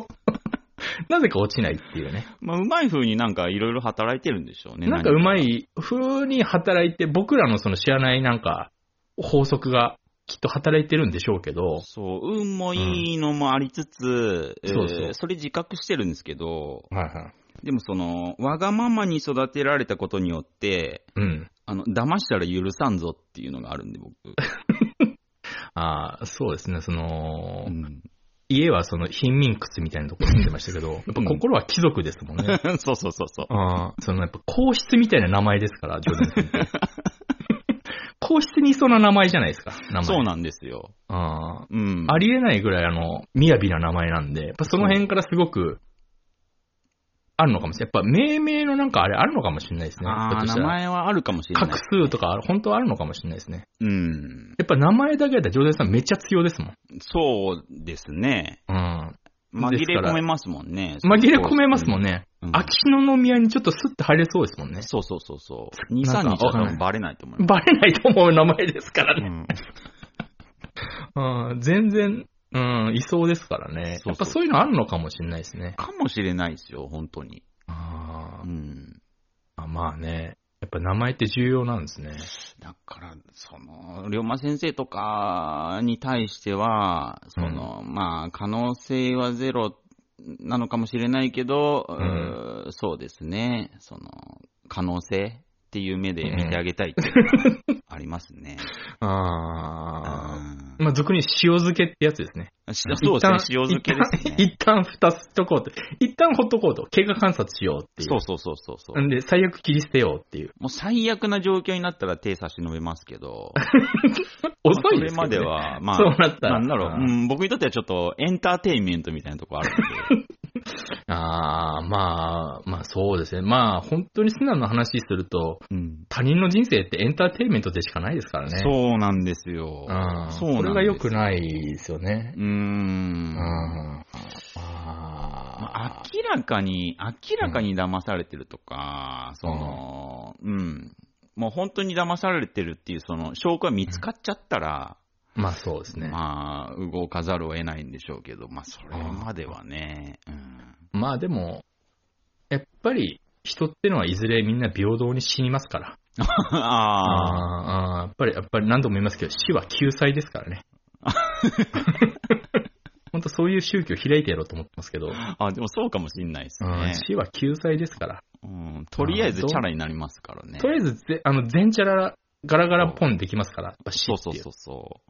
Speaker 1: なぜか落ちないっていうね。
Speaker 2: まあ、うまい風になんかいろいろ働いてるんでしょうね。
Speaker 1: なんかうま
Speaker 2: 何
Speaker 1: い風に働いて、僕らのその知らないなんか法則がきっと働いてるんでしょうけど、
Speaker 2: そう、運もいいのもありつつ、えー
Speaker 1: そうそう
Speaker 2: それ自覚してるんですけど、
Speaker 1: はいはい。
Speaker 2: でもその、わがままに育てられたことによって、
Speaker 1: うん。
Speaker 2: あの、騙したら許さんぞっていうのがあるん で、僕。
Speaker 1: ああ、そうですね、その、
Speaker 2: うん、
Speaker 1: 家はその貧民窟みたいなところに住んでましたけど、やっぱ心は貴族ですもんね。
Speaker 2: そうそうそうそう。
Speaker 1: ああ、そのやっぱ皇室みたいな名前です から、ジョーデンさんって。皇室にいそうな名前じゃないですか、名前。
Speaker 2: そうなんですよ。
Speaker 1: ああ
Speaker 2: うん。
Speaker 1: ありえないぐらいあの、雅な名前なんで、やっぱその辺からすごく、あるのかもしれない。やっぱ命名のなんかあれあるのかもしれないですね。ひょ
Speaker 2: あ
Speaker 1: っ
Speaker 2: ー
Speaker 1: とし
Speaker 2: 名
Speaker 1: たら
Speaker 2: 前はあるかもしれない。
Speaker 1: 画数とかある本当はあるのかもしれないですね。
Speaker 2: うん。
Speaker 1: やっぱ名前だけだったら、ジョーデンさんめっちゃ強いですもん。
Speaker 2: そうですね。
Speaker 1: うん。
Speaker 2: 紛れ込めますもんね。
Speaker 1: 紛れ込めますもん
Speaker 2: ね。
Speaker 1: ね。
Speaker 2: うん
Speaker 1: 秋篠宮にちょっとスッと入れそうですもんね。
Speaker 2: そうそうそうそう。
Speaker 1: な
Speaker 2: 2、
Speaker 1: んか
Speaker 2: 3日は多
Speaker 1: わかんない
Speaker 2: 分バレないと思います。
Speaker 1: バレないと思う名前ですから
Speaker 2: う
Speaker 1: ね。
Speaker 2: ん
Speaker 1: うん、全然、うん、いそうですからね。
Speaker 2: そうそう
Speaker 1: やっぱそういうのあるのかもしれないですね。
Speaker 2: かもしれないですよ、本当に。
Speaker 1: あ
Speaker 2: うん。
Speaker 1: あ、まあね。やっぱ名前って重要なんですね。
Speaker 2: だから、その、龍馬先生とかに対しては、その、まあ、可能性はゼロなのかもしれないけど、
Speaker 1: ん
Speaker 2: うーそうですね、その、可能性っていう目で見てあげたいっていうのがありますね。
Speaker 1: ああ。
Speaker 2: うん
Speaker 1: まあ、俗に塩漬けってやつですね。
Speaker 2: しそうですね、塩漬けですね。
Speaker 1: 一旦、一旦蓋すっとこうと。一旦ほっとこうと。経過観察しようっていう。
Speaker 2: そうそうそうそうそう。
Speaker 1: んで、最悪切り捨てようっていう。
Speaker 2: もう最悪な状況になったら手差し伸べますけど、
Speaker 1: 遅い
Speaker 2: そ
Speaker 1: で
Speaker 2: れ
Speaker 1: すけど
Speaker 2: ま
Speaker 1: ね
Speaker 2: で。は、まあ、
Speaker 1: そうなったら。
Speaker 2: なんだろう、うん、僕にとってはちょっとエンターテインメントみたいなとこある んで。
Speaker 1: ああ、まあ、まあそうですね。まあ本当に素直な話すると、
Speaker 2: うん
Speaker 1: 他人の人生ってエンターテインメントでしかないですからね。う。
Speaker 2: そうなんです
Speaker 1: ん。
Speaker 2: よ。そうなんです
Speaker 1: これが良くないですよね
Speaker 2: う。ー。
Speaker 1: うんああ
Speaker 2: まあ明らかに、明らかに騙されてるとか、その、うん。もう本当に騙されてるっていう、その、証拠が見つかっちゃったら、
Speaker 1: まあそうですね。
Speaker 2: まあ、動かざるを得ないんでしょうけど、まあ、それまではね、うん。
Speaker 1: まあでも、やっぱり人ってのはいずれみんな平等に死にますから。
Speaker 2: ああ、
Speaker 1: ああ、やっぱり、やっぱり何度も言いますけど、死は救済ですから ね。本当そういう宗教開いてやろうと思ってますけど、
Speaker 2: あ、でもそうかもしんないです
Speaker 1: うん
Speaker 2: ね。
Speaker 1: 死は救済ですから。
Speaker 2: うん、とりあえずチャラになりますからね。
Speaker 1: とりあえずぜ、あの、全チャラ、ガラガラポンできますから、やっぱ死
Speaker 2: そう
Speaker 1: って
Speaker 2: そう
Speaker 1: いう。
Speaker 2: そうそ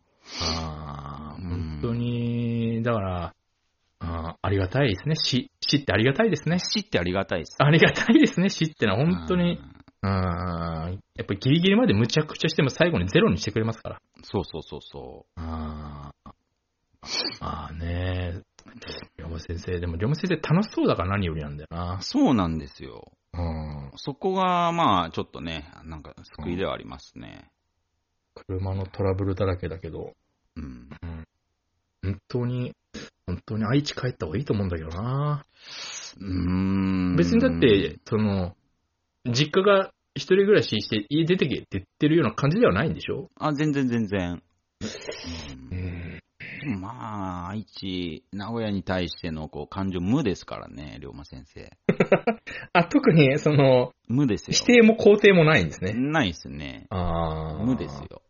Speaker 1: ああ、
Speaker 2: う
Speaker 1: 本
Speaker 2: ん
Speaker 1: 当に、だから、あーありがたいですね。死、死ってありがたいですね
Speaker 2: う。。死ってありがたいです。
Speaker 1: ありがたいですね、死ってのは本当にうん、
Speaker 2: う。ん
Speaker 1: やっぱりギリギリまでむちゃくちゃしても最後にゼロにしてくれますから。
Speaker 2: そうそうそうそ
Speaker 1: あーまあねえ。両馬先生、でも両馬先生楽しそうだから何よりなんだよな
Speaker 2: う。。そうなんですよ。
Speaker 1: うん。
Speaker 2: そこが、まあ、ちょっとね、なんか救いではありますね。
Speaker 1: 車のトラブルだらけだけど、
Speaker 2: うん。
Speaker 1: 本当に、本当に愛知帰った方がいいと思うんだけどな。
Speaker 2: うーん
Speaker 1: 別にだって、、その、実家が一人暮らしして家出てけって言ってるような感じではないんでしょ
Speaker 2: あ、全然全然。うん
Speaker 1: ん。
Speaker 2: でもまあ、愛知、名古屋に対してのこう感情無ですからね、龍馬先生。
Speaker 1: あ、特に、その、
Speaker 2: 無ですよ。
Speaker 1: 否定も肯定もないんですね。
Speaker 2: ないですね。
Speaker 1: ああ。
Speaker 2: 無ですよ。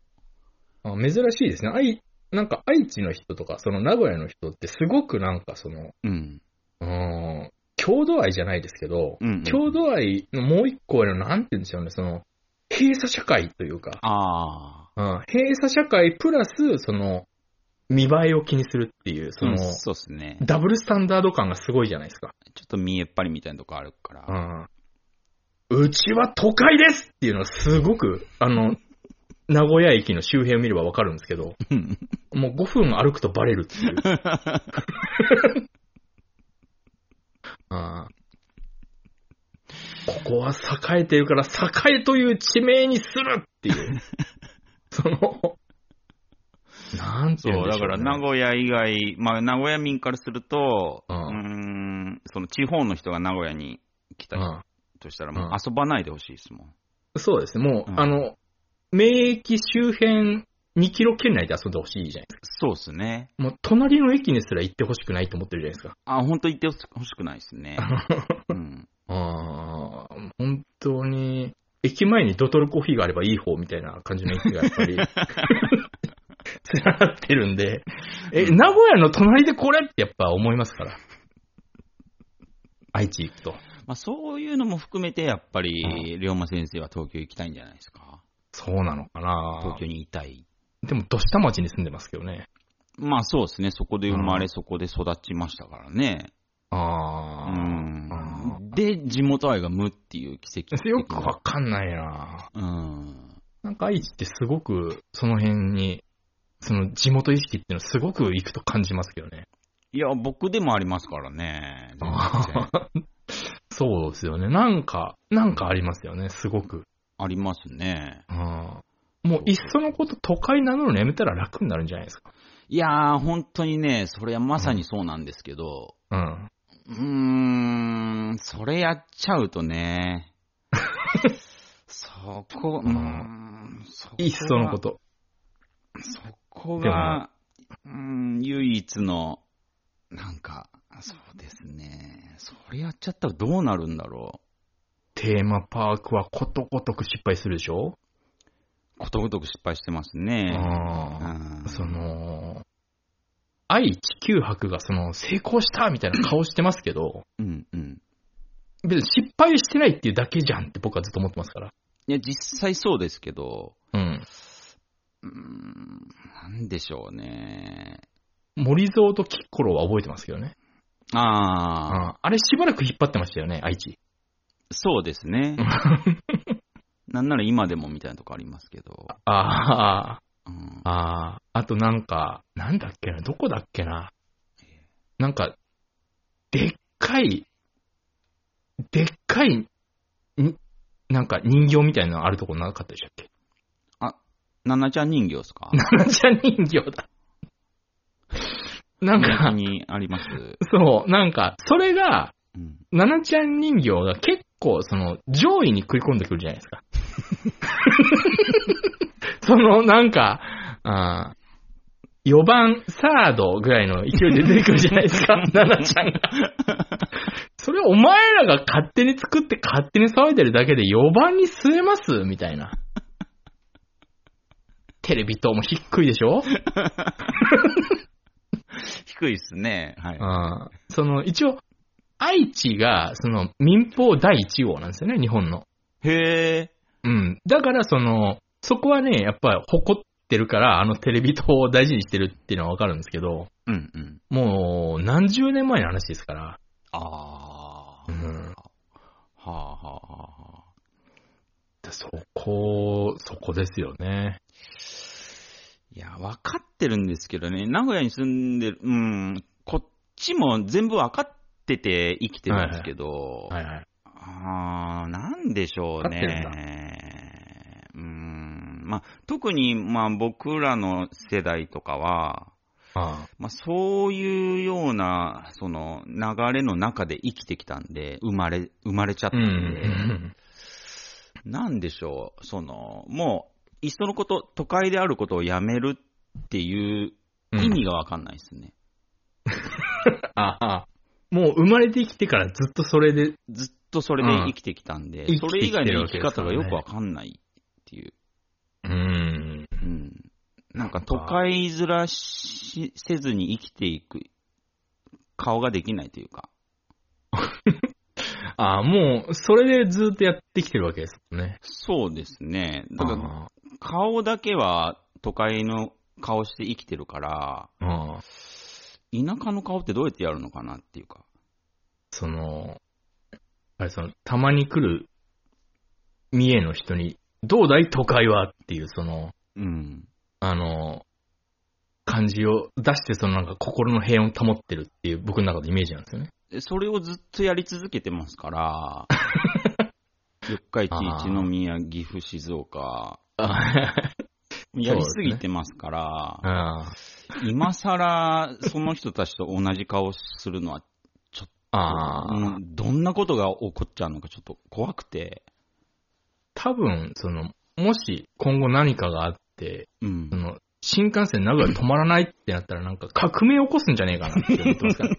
Speaker 1: あ。珍しいですね。愛、なんか愛知の人とか、その名古屋の人ってすごくなんかその、
Speaker 2: うん。
Speaker 1: うーん、郷土愛じゃないですけど、
Speaker 2: うんうん
Speaker 1: 郷土愛のもう一個への、なんて言うんでしょうね、その、閉鎖社会というか、
Speaker 2: あ
Speaker 1: うん、閉鎖社会プラス、その、見栄えを気にするっていう、
Speaker 2: あ。
Speaker 1: その、
Speaker 2: うんそうですね。
Speaker 1: ダブルスタンダード感がすごいじゃないですか。
Speaker 2: ちょっと見えっぱりみたいなとこあるから。
Speaker 1: うん。うちは都会ですっていうのはすごく、あ の、名古屋駅の周辺を見ればわかるんですけど、もう5分歩くとバレるって いう。ああここは栄えてるから、栄という地名にするって いう。その、なんて
Speaker 2: そ
Speaker 1: 言うん
Speaker 2: う、
Speaker 1: で
Speaker 2: だ
Speaker 1: しょ
Speaker 2: か
Speaker 1: う、ね。
Speaker 2: ら名古屋以外、まあ名古屋民からすると、
Speaker 1: う
Speaker 2: うんーん、その地方の人が名古屋に来た
Speaker 1: うん
Speaker 2: としたら、も
Speaker 1: う
Speaker 2: うん遊ばないでほしいですもん。
Speaker 1: そうですね。もう、
Speaker 2: うん
Speaker 1: あの、名駅周辺2キロ圏内で遊んでほしいじゃないですか。
Speaker 2: そうですね。
Speaker 1: もう隣の駅にすら行ってほしくないと思ってるじゃないですか。
Speaker 2: あ、本当言ってほしくないです ね。うん。
Speaker 1: ああ、本当に、駅前にドトルコーヒーがあればいい方みたいな感じの駅がやっぱり、 つながってるんで、え、名古屋の隣でこれってやっぱ思いますから。愛知行くと。
Speaker 2: まあ、そういうのも含めて、やっぱり、龍馬先生は東京行きたいんじゃないですか。
Speaker 1: そうなのかな
Speaker 2: 東京にいたい。
Speaker 1: でも、土下町に住んでますけどね。
Speaker 2: まあそうですね。そこで生ま
Speaker 1: う
Speaker 2: れ、そこで育ちましたからね。う
Speaker 1: ああ、
Speaker 2: ん
Speaker 1: あ。
Speaker 2: で、地元愛が無っていう奇跡的な。
Speaker 1: よくわかんないな
Speaker 2: うん。
Speaker 1: なんか愛知ってすごく、その辺に、その地元意識っていうのすごく行くと感じますけどね。
Speaker 2: いや、僕でもありますからね。全 然
Speaker 1: そうですよね。なんか、なんかありますよね、すごく。
Speaker 2: ありますね。
Speaker 1: うん、もういっそのこと都会名乗るのやめたら楽になるんじゃないですか。
Speaker 2: いやー、本当にね、それはまさにそうなんですけど、
Speaker 1: うん。
Speaker 2: うーん、それやっちゃう とね、そこ、うーん、そこが
Speaker 1: いっそのこ。と。
Speaker 2: そこが、うーん、唯一の、なんか、そうですね、それやっちゃったらどうなるんだろ
Speaker 1: テーマパークはことごとく失敗するでしょ、
Speaker 2: う。ことごとく失敗してます
Speaker 1: う
Speaker 2: ね。
Speaker 1: ん。
Speaker 2: うん
Speaker 1: その、愛知九博がその成功したみたいな顔してますけど、
Speaker 2: うんうん。
Speaker 1: 別に失敗してないっていうだけじゃんって僕はずっと思ってますから。
Speaker 2: いや、実際そうですけど、
Speaker 1: うん。
Speaker 2: うーん、なんでしょうね。
Speaker 1: 森蔵とキッコロは覚えてますけどね。う
Speaker 2: ああ、
Speaker 1: ん。あれしばらく引っ張ってましたよね、愛知。
Speaker 2: そうです ね。なんなら今でもみたいなとこありますけど。
Speaker 1: ああ。
Speaker 2: うん、
Speaker 1: ああ、あとなんか、なんだっけな、どこだっけな。なんか、でっかい、でっかい、んなんか人形みたいなのあるとこなかったでしたっけ
Speaker 2: ナナちゃん人形ですか
Speaker 1: ナナちゃん人形だ。なん
Speaker 2: 記憶
Speaker 1: か、
Speaker 2: にあります。
Speaker 1: そう、なんか、それが、
Speaker 2: うん、
Speaker 1: ナナちゃん人形が結構、その、上位に食い込んでくるじゃないですか。 その、なんか、あ4番、サードぐらいの勢いで出てくるじゃないですか、ナナちゃんが。それお前らが勝手に作って勝手に騒いでるだけで4番に据えますみたいな。テレビ塔も低いでしょ
Speaker 2: 低いですね。はい。
Speaker 1: うんその、一応、愛知が、その、民放第1号なんですよね、日本の。
Speaker 2: へえ。
Speaker 1: うん。だから、その、そこはね、やっぱり誇ってるから、あのテレビ塔を大事にしてるっていうのはわかるんですけど、
Speaker 2: うんうん。
Speaker 1: もう、何十年前の話ですから。
Speaker 2: ああ。
Speaker 1: う
Speaker 2: は
Speaker 1: ん。
Speaker 2: あはあはあはあ。
Speaker 1: そこ、そこですよね。
Speaker 2: いや、分かってるんですけどね。名古屋に住んでる、うん、こっちも全部分かってて生きてるんですけど、
Speaker 1: はいはい。
Speaker 2: あー、なんでしょう
Speaker 1: 分かっ
Speaker 2: ね。うーんまあ、特に、まあ、僕らの世代とかは、
Speaker 1: あ
Speaker 2: まあ、そういうようなその流れの中で生きてきたんで、生まれ生まれちゃっ
Speaker 1: あう
Speaker 2: た
Speaker 1: ん
Speaker 2: ん
Speaker 1: う
Speaker 2: で、
Speaker 1: ん。
Speaker 2: なんでしょう、そのもう、いっそのこと、都会であることをやめるっていう
Speaker 1: うん
Speaker 2: 意味がわかんないですね。
Speaker 1: ああ。もう生まれてきてからずっとそれで、
Speaker 2: ずっとそれで生きてきたんで、
Speaker 1: うん
Speaker 2: それ以外の生
Speaker 1: 生きてきてるわけ
Speaker 2: き方が
Speaker 1: ですからね
Speaker 2: よくわかんないっていう。
Speaker 1: うん。
Speaker 2: うんなんか都会ずらしせずに生きていく顔ができないというか、
Speaker 1: ああ、もう、それでずっとやってきてるわけですもんね。
Speaker 2: そうですね、だから
Speaker 1: あ
Speaker 2: 顔だけは都会の顔して生きてるから、
Speaker 1: あああ。
Speaker 2: 田舎の顔ってどうやってやるのかなっていうか、
Speaker 1: その、あれその、たまに来る、三重の人に、どうだい都会はっていう、その、
Speaker 2: うん、
Speaker 1: あの、感じを出して、そのなんか心の平穏を保ってるっていう僕の中のイメージなんですよね。
Speaker 2: でそれをずっとやり続けてます から、四日市、一宮、岐阜、静岡、
Speaker 1: あ
Speaker 2: やりすぎてますから、
Speaker 1: あ。
Speaker 2: 今さらその人たちと同じ顔するのはちょっ
Speaker 1: ああ、
Speaker 2: うんどんなことが起こっちゃうのかちょっと怖くて。
Speaker 1: 多分、その、もし今後何かがあって、
Speaker 2: うん
Speaker 1: そ。の、新幹線名古屋止まらないってなったらなんか革命起こすんじゃねえかなって思ってますから。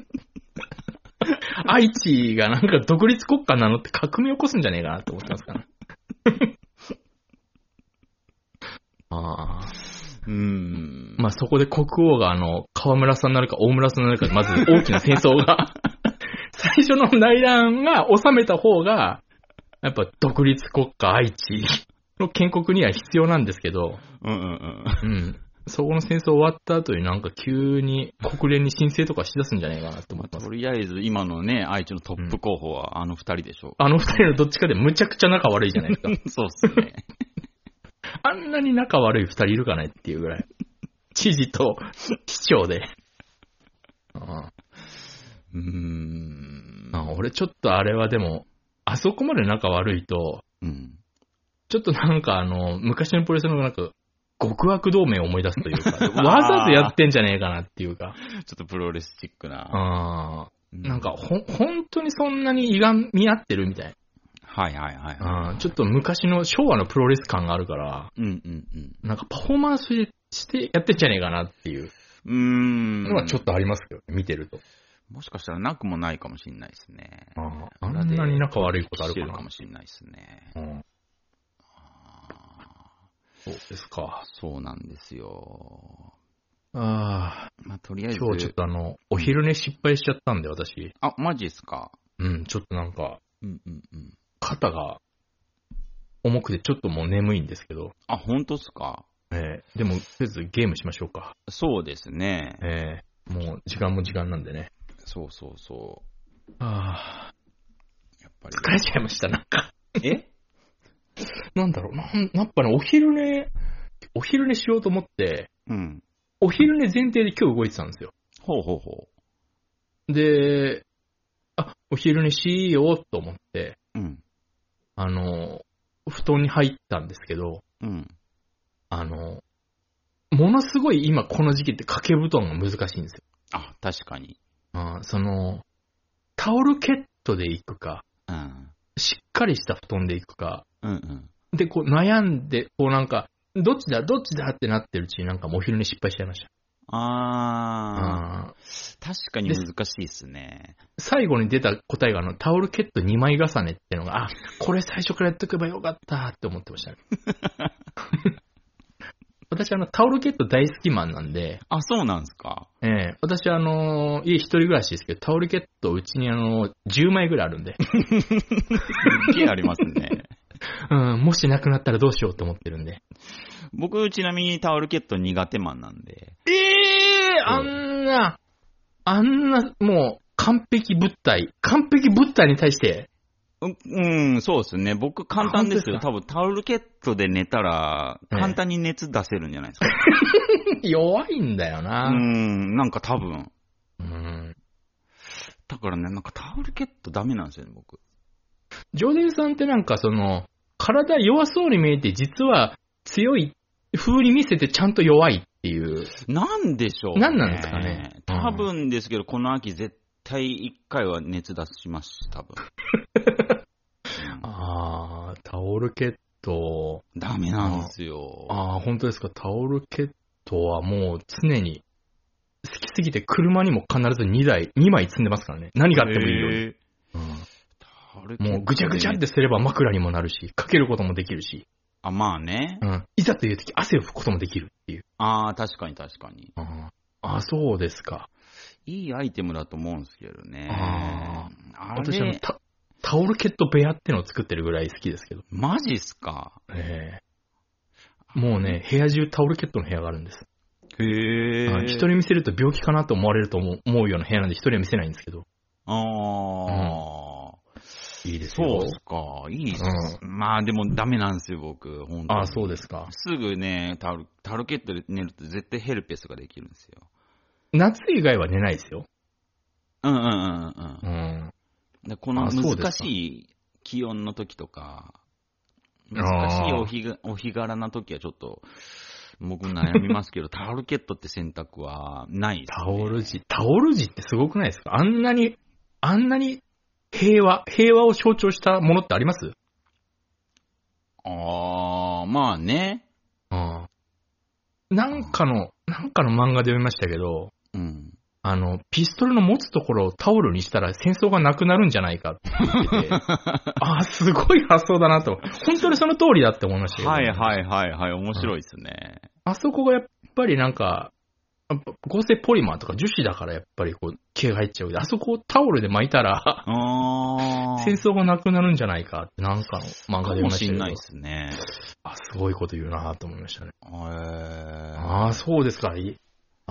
Speaker 1: 愛知がなんか独立国家なのって革命起こすんじゃねえかなって思ってますから。ああ。
Speaker 2: うん。
Speaker 1: まあ、そこで国王があの、河村さんなるか大村さんなるかでまず大きな戦争 が、最初の内乱が収めた方が、やっぱ独立国家愛知の建国には必要なんですけど、
Speaker 2: うんうんうん。
Speaker 1: うん。そこの戦争終わった後になんか急に国連に申請とかしだすんじゃないかなと思っ
Speaker 2: まあ
Speaker 1: てます
Speaker 2: と。りあえず、今のね、愛知のトップ候補はあの二人でしょ
Speaker 1: あの二人のどっちかでむちゃくちゃ仲悪いじゃないですか。
Speaker 2: う。そうっすね。
Speaker 1: あんなに仲悪い二人いるかねっていうぐらい。知事と市長で。あ
Speaker 2: うーん。
Speaker 1: あ俺ちょっとあれはでも、あそこまで仲悪いと、
Speaker 2: うん。
Speaker 1: ちょっとなんかあの、昔のプロレスのなんか、極悪同盟を思い出すというか、わざとやってんじゃねえかなっていうか、
Speaker 2: ちょっとプロレスチックな。
Speaker 1: あ
Speaker 2: う
Speaker 1: あなんか、ほん、本当にそんなにいがみ合ってるみたいな。
Speaker 2: はいはいはいはい。
Speaker 1: あーちょっと昔の昭和のプロレス感があるから、
Speaker 2: うんうんうん。
Speaker 1: なんかパフォーマンスしてやってんじゃねえかなっていう
Speaker 2: うーん。
Speaker 1: のはちょっとありますけど、見てると。
Speaker 2: もしかしたらなくもないかもしれないですね。
Speaker 1: ああんなに仲悪いことある
Speaker 2: して
Speaker 1: か
Speaker 2: る
Speaker 1: な
Speaker 2: か。もしれないですね。
Speaker 1: うんそうですか。
Speaker 2: そうなんですよ。
Speaker 1: ああ、
Speaker 2: まあ、とりあえず。
Speaker 1: 今日ちょっとあの、お昼寝失敗しちゃったんで、私。
Speaker 2: あ、マジですか。
Speaker 1: うん、ちょっとなんか、
Speaker 2: うんうんうん。
Speaker 1: 肩が重くてちょっともう眠いんですけど。
Speaker 2: あ、本当っすか。
Speaker 1: ええでも、とりあえずゲームしましょうか。
Speaker 2: そうですね。
Speaker 1: ええもう時間も時間なんでね。
Speaker 2: そうそうそ
Speaker 1: ああ、
Speaker 2: う。やっぱり。
Speaker 1: 疲れちゃいました、なんか。
Speaker 2: え
Speaker 1: なんだろう、なん、やっぱね、お昼寝、お昼寝しようと思って、
Speaker 2: うん。
Speaker 1: お昼寝前提で今日動いてたんですよ。
Speaker 2: ほうほうほ
Speaker 1: で、あ、お昼寝しようと思って、
Speaker 2: う。うん。
Speaker 1: あの、布団に入ったんですけど、
Speaker 2: うん。
Speaker 1: あの、ものすごい今この時期って掛け布団が難しいんですよ。
Speaker 2: あ、確かに。
Speaker 1: あーその、タオルケットで行くか、
Speaker 2: うん。
Speaker 1: しっかりした布団で行くか、
Speaker 2: うんうん。
Speaker 1: で、こう悩んで、こうなんか、どっちだ、どっちだってなってるうちになんかもうお昼寝失敗しちゃいました。
Speaker 2: あー、
Speaker 1: あー
Speaker 2: 確かに難しいっすね。
Speaker 1: 最後に出た答えがあの、タオルケット2枚重ねっていうのが、あ、これ最初からやっとけばよかったって思ってま したね。私あの、タオルケット大好きマンなんで、
Speaker 2: あ、そうなんすか。
Speaker 1: ええ私あの、家一人暮らしですけど、タオルケットうちにあの、10枚ぐらいあるんで、
Speaker 2: すっげえありますね。
Speaker 1: うん、もしなくなったらどうしようと思ってるんで。
Speaker 2: 僕、ちなみにタオルケット苦手マンなんで。
Speaker 1: ええあんな、あんな、もう、完璧物体、完璧物体に対して、
Speaker 2: ううん、そうですね。僕、簡単ですよ。
Speaker 1: あ
Speaker 2: 多分、タオルケットで寝たら、
Speaker 1: ええ
Speaker 2: 簡単に熱出せるんじゃないですか。
Speaker 1: 弱いんだよ
Speaker 2: う
Speaker 1: な。
Speaker 2: ん、なんか多分。
Speaker 1: うん
Speaker 2: だからね、なんかタオルケットダメなんですよね、僕。
Speaker 1: ジョーデンさんってなんかその、体弱そうに見えて、実は強い風に見せてちゃんと弱いっていう。
Speaker 2: なんでしょう、ね。
Speaker 1: なんなんですかねうん
Speaker 2: 多分ですけど、この秋絶対一回は熱出します、多分。うん
Speaker 1: あー、タオルケット。
Speaker 2: ダメなんですよ。
Speaker 1: あー、本当ですか。タオルケットはもう常に、好きすぎて車にも必ず2台、2枚積んでますからね。何があってもいいように。
Speaker 2: へータオルケ
Speaker 1: う
Speaker 2: ッ
Speaker 1: ん
Speaker 2: ト
Speaker 1: もうぐちゃぐちゃってすれば枕にもなるし、かけることもできるし、
Speaker 2: あ、まあね
Speaker 1: う。ん、いざという時汗を拭くこともできるっていう。
Speaker 2: ああ、確かに確かに。
Speaker 1: あー、そうですか。
Speaker 2: いいアイテムだと思うんですけどね。
Speaker 1: あ
Speaker 2: あれ
Speaker 1: 私あのタ、タオルケット部屋ってのを作ってるぐらい好きですけど。
Speaker 2: マジっすか。
Speaker 1: ええもうね、部屋中タオルケットの部屋があるんです。
Speaker 2: へえ
Speaker 1: はい人に見せると病気かなと思われると思う思うような部屋なんで人には見せないんですけど。
Speaker 2: ああ、
Speaker 1: いいで
Speaker 2: そうっすか。いいっす。まあでもダメなんですよ、僕。本当に
Speaker 1: ああ、そうですか。
Speaker 2: すぐね、タオル、タオルケットで寝ると絶対ヘルペスができるんですよ。
Speaker 1: 夏以外は寝ないですよ。
Speaker 2: うんうんうんうん
Speaker 1: う。ん。
Speaker 2: でこの
Speaker 1: あそうですか
Speaker 2: 難しい気温の時とか、難しいお日がお日柄な時はちょっと、僕悩みます けど、タオルケットって選択はないです、ね。
Speaker 1: タオル地、タオル地ってすごくないですかあんなに、あんなに平和、平和を象徴したものってあります
Speaker 2: あー、まあね。
Speaker 1: うん。なんかの、なんかの漫画で読みましたけど、
Speaker 2: うん。
Speaker 1: あの、ピストルの持つところをタオルにしたら戦争がなくなるんじゃないかって言 ってて、ああ、すごい発想だなと。本当にその通りだって思いましたけど
Speaker 2: はいはいはいはい、面白いですね。
Speaker 1: あそこがやっぱりなんか、やっぱ合成ポリマーとか樹脂だからやっぱりこう、毛が入っちゃうけど、あそこをタオルで巻いたら、
Speaker 2: あー。
Speaker 1: 戦争がなくなるんじゃないかって、なんかの漫画
Speaker 2: か
Speaker 1: で読み
Speaker 2: も
Speaker 1: まし
Speaker 2: したん
Speaker 1: けど
Speaker 2: ないですね。
Speaker 1: あ、すごいこと言うなと思いましたね。
Speaker 2: えー、
Speaker 1: ああ、そうですか。い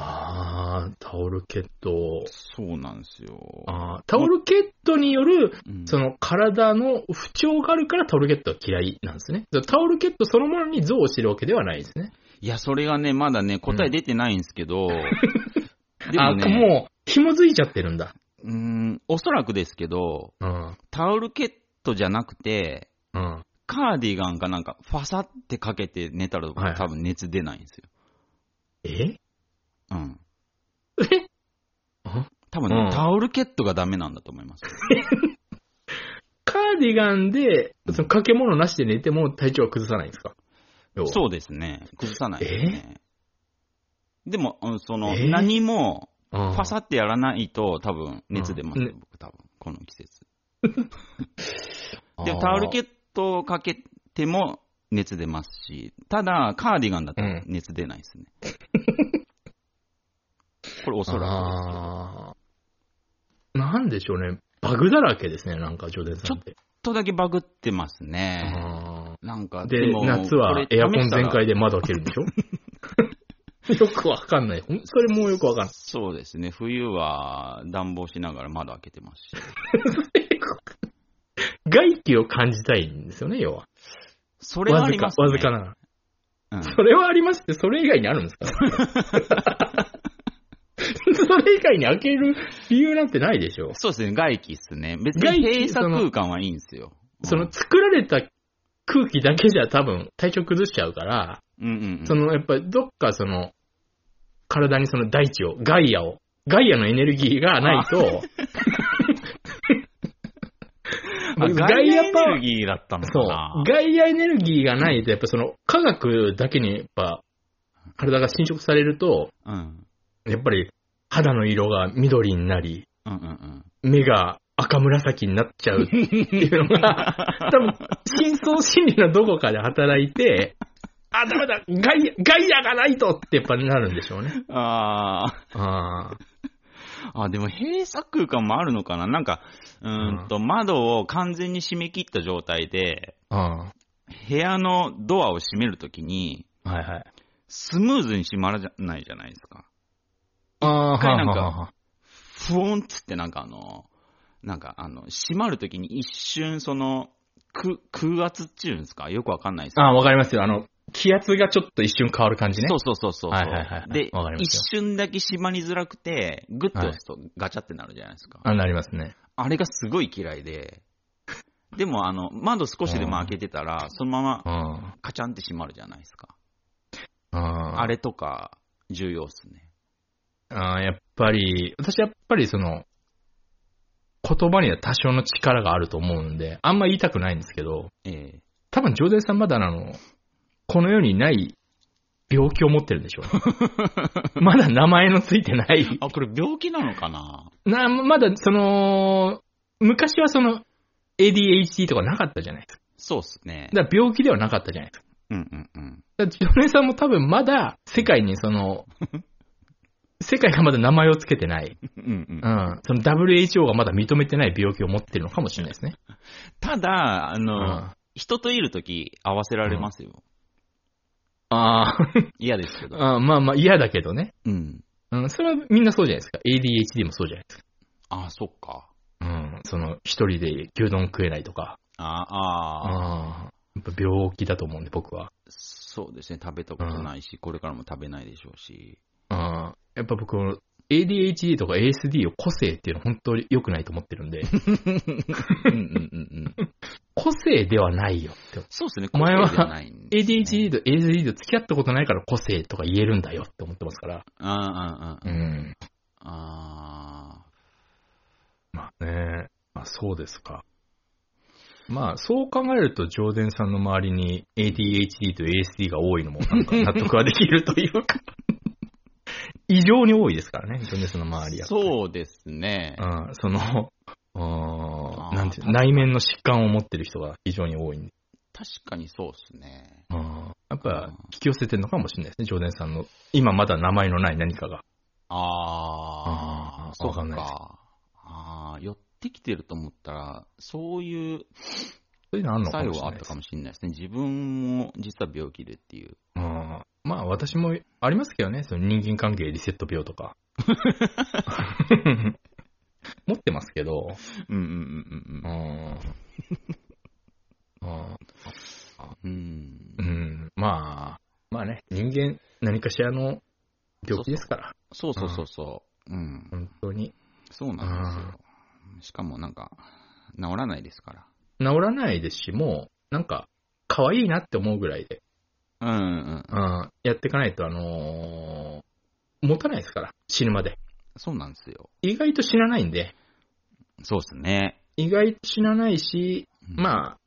Speaker 1: ああ、タオルケット。
Speaker 2: そうなんですよ。
Speaker 1: ああ、タオルケットによる、
Speaker 2: うん
Speaker 1: その体の不調があるからタオルケットは嫌いなんですね。タオルケットそのものに憎悪してるわけではないですね。
Speaker 2: いや、それがね、まだね、答え出てないんです けど、で
Speaker 1: あ
Speaker 2: も
Speaker 1: あ、
Speaker 2: ね、
Speaker 1: もう、紐づいちゃってるんだ。
Speaker 2: うーん、おそらくですけど、
Speaker 1: うん。
Speaker 2: タオルケットじゃなくて、
Speaker 1: うん。
Speaker 2: カーディガンかなんか、ファサってかけて寝たら、
Speaker 1: はい
Speaker 2: 多分熱出ないんですよ。
Speaker 1: え
Speaker 2: うん。
Speaker 1: え
Speaker 2: 多分ね、
Speaker 1: うん
Speaker 2: タオルケットがダメなんだと思います。
Speaker 1: カーディガンで、その掛け物なしで寝ても体調は崩さないんですかう。
Speaker 2: そうですね。崩さないですね。でも、うんその、
Speaker 1: えー
Speaker 2: 何
Speaker 1: う
Speaker 2: も、
Speaker 1: ん
Speaker 2: パサってやらないと、多分、熱出ますよ、僕、多分、この季節。でも、タオルケットをかけても、熱出ますし、ただ、カーディガンだと
Speaker 1: うん
Speaker 2: 熱出ないで すね。これ、おそらくですけど。
Speaker 1: あーなんでしょうね。バグだらけですね、なんか、ジョーデンさんって。
Speaker 2: ちょっとだけバグってますね。
Speaker 1: あ
Speaker 2: なんか、
Speaker 1: ーで、
Speaker 2: も
Speaker 1: 夏は
Speaker 2: これ
Speaker 1: エアコン
Speaker 2: 試したら
Speaker 1: 全開で窓開けるんでしょ よくわかんない。ほんそれもうよくわかんない。
Speaker 2: そうですね。冬は暖房しながら窓開けてますし。
Speaker 1: 外気を感じたいんですよね、要は。
Speaker 2: それは
Speaker 1: わ
Speaker 2: あ
Speaker 1: ず
Speaker 2: りま
Speaker 1: か
Speaker 2: す、ね。
Speaker 1: わずかながら。
Speaker 2: うん
Speaker 1: それはありますって、それ以外にあるんですか それ以外に開ける理由なんてないでしょ
Speaker 2: そうですね、外気っすね。別
Speaker 1: 外
Speaker 2: に
Speaker 1: 気
Speaker 2: 閉鎖空間はいいんですよ。
Speaker 1: その
Speaker 2: うん
Speaker 1: 作られた空気だけじゃ多分体調崩しちゃうから、
Speaker 2: うんうん。
Speaker 1: そのやっぱりどっかその体にその大地を、ガイアを、ガイアのエネルギーがない と、
Speaker 2: あ
Speaker 1: 僕
Speaker 2: 外野エネ
Speaker 1: パワ
Speaker 2: ル
Speaker 1: ー
Speaker 2: ギーだったのか
Speaker 1: そう
Speaker 2: な。。
Speaker 1: ガイアエネルギーがないと、やっぱその科学だけにやっぱ体が侵食されると、
Speaker 2: うん。
Speaker 1: やっぱり肌の色が緑になり、
Speaker 2: うんうん
Speaker 1: 目が赤紫になっちゃうっていうのが、 多分、深層心理のどこかで働いて、あ、ダメだガイア、ガイアがないとってやっぱりなるんでしょうね。
Speaker 2: うん。あー
Speaker 1: あ
Speaker 2: あ、でも閉鎖空間もあるのかななんか、うーんと、窓を完全に閉め切った状態で、
Speaker 1: あ、あ
Speaker 2: 部屋のドアを閉めるときに、
Speaker 1: あ、はいはい。
Speaker 2: スムーズに閉まらないじゃないですか。
Speaker 1: ああ、
Speaker 2: 一回なんか
Speaker 1: はあはあはあ
Speaker 2: ふおんっつってなんかあの、なんかあの、閉まるときに一瞬その、く空圧っていうんですかよくわかんないですけど
Speaker 1: ああ、わかりますよ。あの、気圧がちょっと一瞬変わる感じね。
Speaker 2: そうそうそうそう。
Speaker 1: はいはいはい
Speaker 2: で
Speaker 1: わかり、ま
Speaker 2: 一
Speaker 1: すよ
Speaker 2: 瞬だけ縛りづらくて、グッと押すとガチャってなるじゃないですか。
Speaker 1: あなりますね。
Speaker 2: あれがすごい嫌いで、でもあの、窓少しでも開けてたら、そのまま
Speaker 1: うん。あ
Speaker 2: カチャンって閉まるじゃないですか。
Speaker 1: あ
Speaker 2: あれとか、重要っすね。
Speaker 1: ああやっぱり、私やっぱりその、言葉には多少の力があると思うんで、あんま言いたくないんですけど、
Speaker 2: え
Speaker 1: 多分、ジョーデンさんまだあの、この世にない病気を持ってるんでし ょう。まだ名前のついてない
Speaker 2: え。。あ、これ病気なのかな
Speaker 1: な、まだその、昔はその、ADHD とかなかったじゃないですか。
Speaker 2: そうっすね。
Speaker 1: だから病気ではなかったじゃないですか。
Speaker 2: うんうんうん。
Speaker 1: だからジョーデンさんも多分まだ世界にそ の、世界がまだ名前をつけてない。
Speaker 2: うんうん
Speaker 1: うん。その WHO がまだ認めてない病気を持ってるのかもしれないですね。
Speaker 2: ただ、あ
Speaker 1: う
Speaker 2: の、
Speaker 1: ん。
Speaker 2: 人といるとき合わせられますよ。
Speaker 1: あー
Speaker 2: 嫌ですけど。
Speaker 1: あー、まあまあ嫌だけどね。
Speaker 2: うん。
Speaker 1: うん。それはみんなそうじゃないですか。ADHD もそうじゃないですか。
Speaker 2: あ、そっか。
Speaker 1: うん、その、一人で牛丼食えないとか、
Speaker 2: ああー、
Speaker 1: あやっぱ病気だと思うんで、僕は。
Speaker 2: そうですね、食べたことないし、これからも食べないでしょうし。
Speaker 1: うん、やっぱ僕、 ADHD とか ASD を個性っていうのは本当に良くないと思ってる んで、
Speaker 2: うんうんうんうん。
Speaker 1: 個性ではないよって。
Speaker 2: そうですね、
Speaker 1: お前は
Speaker 2: 個性じゃないんですね
Speaker 1: ADHD と ASD と付き合ったことないから個性とか言えるんだよって思ってますから。
Speaker 2: あーあー、あー
Speaker 1: ん。
Speaker 2: あ
Speaker 1: まあね、まあそうですか。まあそう考えると、ジョーデンさんの周りに ADHD と ASD が多いのも なんか納得はできるというか、異常に多いですからね、ジョーデンさんの周り
Speaker 2: ー
Speaker 1: やっぱり
Speaker 2: そうですね。
Speaker 1: うん、その、うー
Speaker 2: あ
Speaker 1: ん
Speaker 2: ー
Speaker 1: なんていう
Speaker 2: 確か
Speaker 1: 内面の疾患を持ってる人が非常に多いんで、
Speaker 2: 確かにそうですね。
Speaker 1: うんやっぱ引き寄せてるのかもしれないですね、ジョーデンさんの、今まだ名前のない何かが。あ
Speaker 2: あ
Speaker 1: ー
Speaker 2: あ、そう
Speaker 1: わかんないです
Speaker 2: か。ああ、寄ってきてると思ったら、そういう
Speaker 1: そういうのあるのか
Speaker 2: 作
Speaker 1: も
Speaker 2: 用
Speaker 1: しれ
Speaker 2: はあ
Speaker 1: ないで
Speaker 2: った
Speaker 1: す
Speaker 2: か。もしれないですね。自分も実は病気でっていう。
Speaker 1: うんまあ私もありますけどね、その人間関係リセット病とか。持ってますけど、
Speaker 2: うんうんうん
Speaker 1: う
Speaker 2: うん
Speaker 1: んうん
Speaker 2: うん。
Speaker 1: う
Speaker 2: うん
Speaker 1: んまあ、まあね、人間何かしらの病気ですから、
Speaker 2: そうそうそうそう。うん。
Speaker 1: 本当に。
Speaker 2: そうなんですよ。しかもなんか、治らないですから。
Speaker 1: 治らないですし、もう、なんか、可愛いなって思うぐらいで、
Speaker 2: うんうんうん。
Speaker 1: うん、やっていかないと、あのー持たないですから、死ぬまで。
Speaker 2: そうなんですよ。
Speaker 1: 意外と死なないんで、
Speaker 2: そうですね。
Speaker 1: 意外と死なないし、
Speaker 2: あ、
Speaker 1: まあ、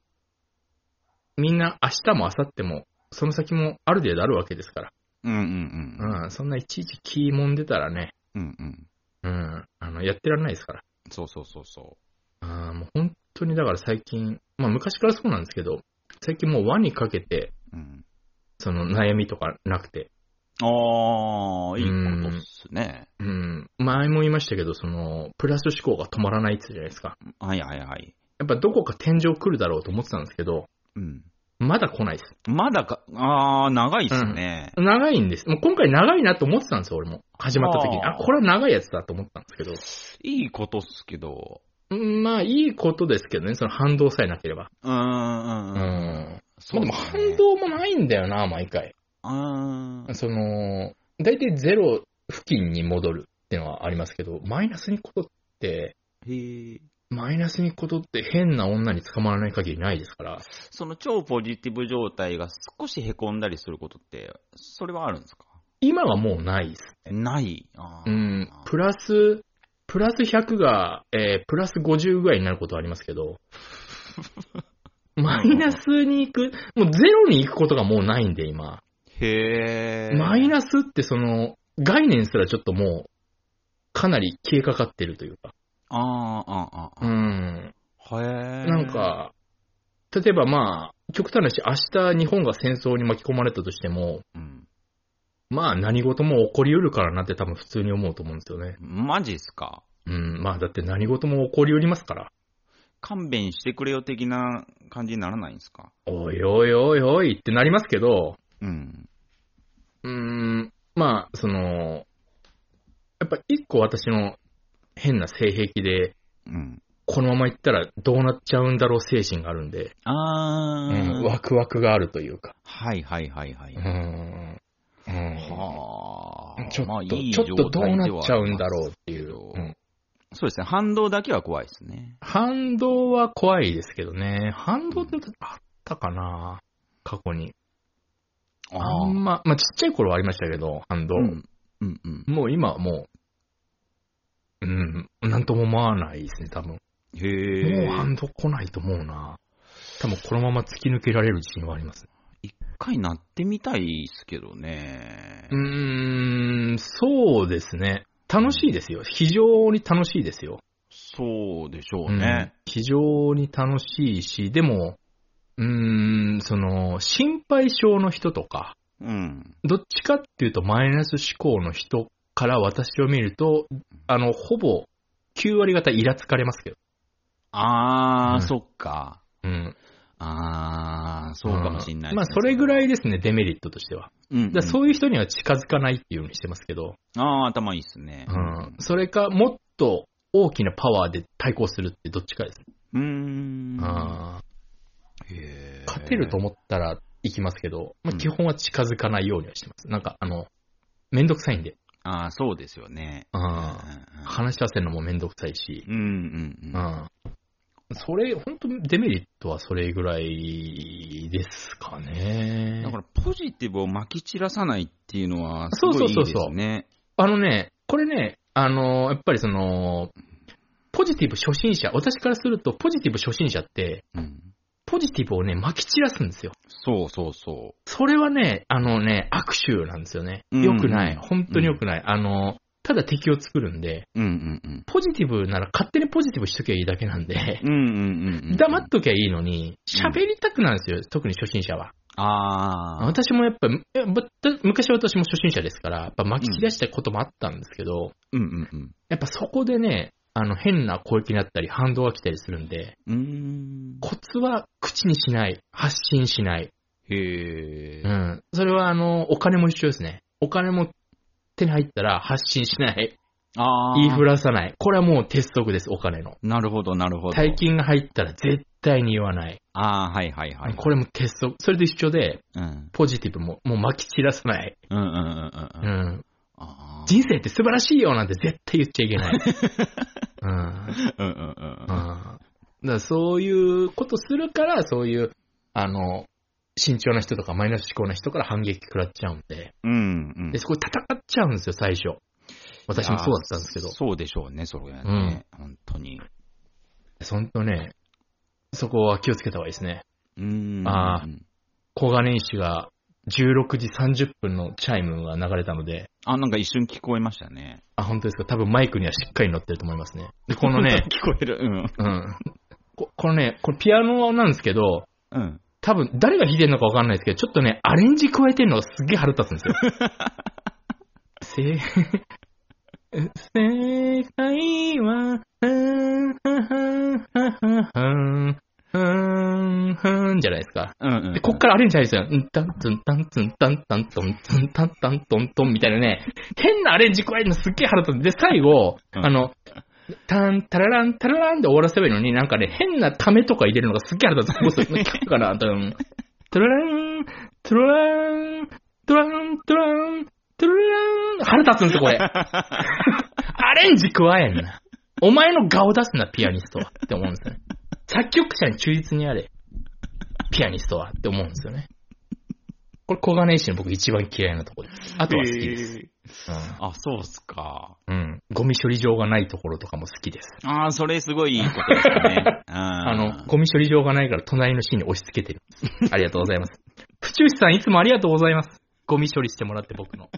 Speaker 1: みんな明日も明後日も、その先もある程度あるわけですから。
Speaker 2: うんうんうん。
Speaker 1: うん、そんないちいち気もんでたらね、
Speaker 2: うんうん。
Speaker 1: うん、あの、やってられないですから。
Speaker 2: そうそうそうそ
Speaker 1: あーもう本当にだから最近、まあ昔からそうなんですけど、最近もう輪にかけて、
Speaker 2: う。うん。
Speaker 1: その悩みとかなくて、
Speaker 2: ああ、いいことっすね。
Speaker 1: うん、前も言いましたけど、その、プラス思考が止まらないって言うじゃないですか。
Speaker 2: はいはいはい。
Speaker 1: やっぱどこか天井来るだろうと思ってたんですけど、
Speaker 2: うん。
Speaker 1: まだ来ないです。
Speaker 2: まだか、ああ、長いっすね。
Speaker 1: 長いんです。もう今回長いなと思ってたんですよ、俺も。始まった時に。
Speaker 2: あ
Speaker 1: あ、
Speaker 2: ー
Speaker 1: これは長いやつだと思ったんですけど。
Speaker 2: いいことっすけど。
Speaker 1: うんまあ、いいことですけどね、その反動さえなければ。
Speaker 2: うーん。
Speaker 1: う。
Speaker 2: うんんうん。
Speaker 1: まあ、でも反動もないんだよな、毎回。
Speaker 2: ああ。
Speaker 1: その、大体ゼロ付近に戻るっていうのはありますけど、マイナスにことって、
Speaker 2: へえ。
Speaker 1: マイナスにことって変な女に捕まらない限りないですから、
Speaker 2: その超ポジティブ状態が少し凹んだりすることって、それはあるんですか
Speaker 1: 今はもうないですね。
Speaker 2: ない。あ
Speaker 1: う
Speaker 2: ー
Speaker 1: ん、プラス、プラス100が、えープラス50ぐらいになることはありますけ ど、マイナスに行く、もうゼロに行くことがもうないんで、今。
Speaker 2: へえ。
Speaker 1: マイナスってその、概念すらちょっともう、かなり消えかかってるというか。
Speaker 2: ああ、あ
Speaker 1: う
Speaker 2: あ、あ
Speaker 1: ん。
Speaker 2: あ。へえ。
Speaker 1: なん、か、例えばまあ、極端なし、明日日本が戦争に巻き込まれたとしても、
Speaker 2: うん。
Speaker 1: まあ何事も起こりうるからなって多分普通に思うと思うんですよね。
Speaker 2: マジっすか
Speaker 1: うん。まあだって何事も起こりうりますから。
Speaker 2: 勘弁してくれよ的な感じにならないんですか
Speaker 1: おいおいおいおいってなりますけど、
Speaker 2: うん。
Speaker 1: うーん、まあ、その、やっぱ一個私の変な性癖で、
Speaker 2: うん。
Speaker 1: このまま行ったらどうなっちゃうんだろう精神があるんで、
Speaker 2: ああ、
Speaker 1: うんワクワクがあるというか。
Speaker 2: はいはいはいはい。
Speaker 1: うん。うん
Speaker 2: はあ。
Speaker 1: ちょっと、
Speaker 2: まあいい
Speaker 1: ちょっとどうなっちゃうんだ
Speaker 2: う。
Speaker 1: ろうっていう。
Speaker 2: 状態ではあります
Speaker 1: う
Speaker 2: けど
Speaker 1: ん
Speaker 2: そうですね。反動だけは怖いですね。
Speaker 1: 反動は怖いですけどね。反動ってあったかな過去に。あんま、まあ、ちっちゃい頃はありましたけど、反動。
Speaker 2: うん。うんうん。
Speaker 1: もう今はもう、うん、なんとも思わないですね、多分。
Speaker 2: へ
Speaker 1: もう
Speaker 2: え。
Speaker 1: 反動来ないと思うな。多分このまま突き抜けられる自信はあります。
Speaker 2: 一回なってみたいですけどね。
Speaker 1: うーん、そうですね。楽しいですよ。非常に楽しいですよ。
Speaker 2: そうでしょ
Speaker 1: う
Speaker 2: う
Speaker 1: ん
Speaker 2: ね。
Speaker 1: 非常に楽しいし、でも、うーん、その、心配性の人とか、
Speaker 2: うん。
Speaker 1: どっちかっていうとマイナス思考の人から私を見ると、あの、ほぼ9割方イラつかれますけど。
Speaker 2: あ
Speaker 1: うん
Speaker 2: あ、そっか。
Speaker 1: うん。
Speaker 2: ああ、そうかもしれないですね、
Speaker 1: まあ、それぐら
Speaker 2: い。
Speaker 1: いですね、デメリットとしては。
Speaker 2: うん、
Speaker 1: だからそういう人には近づかないっていうようにしてますけど、
Speaker 2: ああ、頭いいっすね。
Speaker 1: うん。それか、もっと大きなパワーで対抗するってどっちかですね。
Speaker 2: うーん。
Speaker 1: あー
Speaker 2: へー
Speaker 1: 勝てると思ったら行きますけど、まあ、基本は近づかないようにはしてます。なんか、あの、めんどくさいんで。
Speaker 2: ああ、そうですよね。
Speaker 1: う
Speaker 2: うん
Speaker 1: ん。話し出せるのもめんどくさいし。
Speaker 2: うんうんうん。
Speaker 1: うん。それ、本当デメリットはそれぐらいですかね。
Speaker 2: だからポジティブをまき散らさないっていうのは、す
Speaker 1: そう
Speaker 2: ご
Speaker 1: そう
Speaker 2: いいい
Speaker 1: そう
Speaker 2: で
Speaker 1: そう
Speaker 2: すね。
Speaker 1: あのね、これね、あのやっぱりその、ポジティブ初心者、私からすると、ポジティブ初心者って、
Speaker 2: うん
Speaker 1: ポジティブをね、撒き散らすんですよ。
Speaker 2: そうそうそ
Speaker 1: それはね、あのね、悪臭なんですよね。
Speaker 2: うん
Speaker 1: 良くない。本当に良くない。あの、ただ敵を作るんで、
Speaker 2: う。うんうんうん。
Speaker 1: ポジティブなら勝手にポジティブしときゃいいだけなんで、
Speaker 2: うんうんうんうん。
Speaker 1: 黙っときゃいいのに、喋りたくなるんですよ、特に初心者は。
Speaker 2: ああ。
Speaker 1: 私もやっぱ、えぶ昔は私も初心者ですから、やっぱ巻き散らしたこともあったんですけど、
Speaker 2: うんうんうん。
Speaker 1: やっぱそこでね、あの変な攻撃になったり反動が来たりするんで、
Speaker 2: うーん。
Speaker 1: コツは口にしない、発信しない。
Speaker 2: へえ
Speaker 1: う。ん。それはあの、お金も一緒ですね。お金も手に入ったら発信しない。
Speaker 2: ああ。
Speaker 1: 言いふらさない。これはもう鉄則です、お金の。
Speaker 2: なるほど、なるほど。
Speaker 1: 大金が入ったら絶対に言わない。
Speaker 2: ああ、はいはいはい。
Speaker 1: これも鉄則。それと一緒で、
Speaker 2: うん。
Speaker 1: ポジティブも、もう巻き散らさない。
Speaker 2: うんうんうん
Speaker 1: う
Speaker 2: うんうん。
Speaker 1: ん。
Speaker 2: ああ。
Speaker 1: 人生って素晴らしいよなんて絶対言っちゃいけ ない。うん。
Speaker 2: うんうんうん
Speaker 1: うん。だからそういうことするから、そういう、あの、慎重な人とかマイナス思考な人から反撃食らっちゃうんで、
Speaker 2: うんうん
Speaker 1: で、。そこで戦っちゃうんですよ、最初。私もそうだったんですけど
Speaker 2: いや。そうでしょうね、それはね。本当に。
Speaker 1: ほんとね、そこは気をつけた方がいいですね。
Speaker 2: うーん。
Speaker 1: あ小金井氏が16時30分のチャイムが流れたので、
Speaker 2: あ、なんか一瞬聞こえましたね。、
Speaker 1: あ、本当ですか多分マイクにはしっかり乗ってると思いますね。で、このね
Speaker 2: 聞こえる。うん。
Speaker 1: うん。ここのね、これピアノなんですけど、
Speaker 2: うん。
Speaker 1: 多分誰が弾いてるのか分かんないですけど、ちょっとね、アレンジ加えてるのがすっげえ腹立つんですよ。せ世界は、はんはんはんはんはんはんじゃないですか。
Speaker 2: うんうんうん。
Speaker 1: で、こっからアレンジ入るんですよ。うんたんつんたんつんたんたんとんつんたんたんとんとんみたいなね、変なアレンジ加えるのすっげえ腹立つ。で、最後、
Speaker 2: うん
Speaker 1: あの、たん、たららん、たららんで終わらせばいいのに、なんかね、変なためとか入れるのがすっげえ腹立つ。僕、それ聞くかな、多分。トララン、トララン、トラン、トラン、トララン、腹立つんですよ、こ れ。アレンジ加えんな。お前の顔出すな、ピアニストは。って思うんですよね。作曲者に忠実にあれ。ピアニストは。って思うんですよね。これ、小金井氏の僕一番嫌いなとこです。あとは好きです。
Speaker 2: へーあ、そうっすか。
Speaker 1: うん。うん。ゴミ処理場がないところとかも好きです。
Speaker 2: ああ、それすごいいいことですね。 あ
Speaker 1: あの、ゴミ処理場がないから隣の市に押し 付けてる。ありがとうございます。プチューシさんいつもありがとうございます。ゴミ処理してもらって僕の。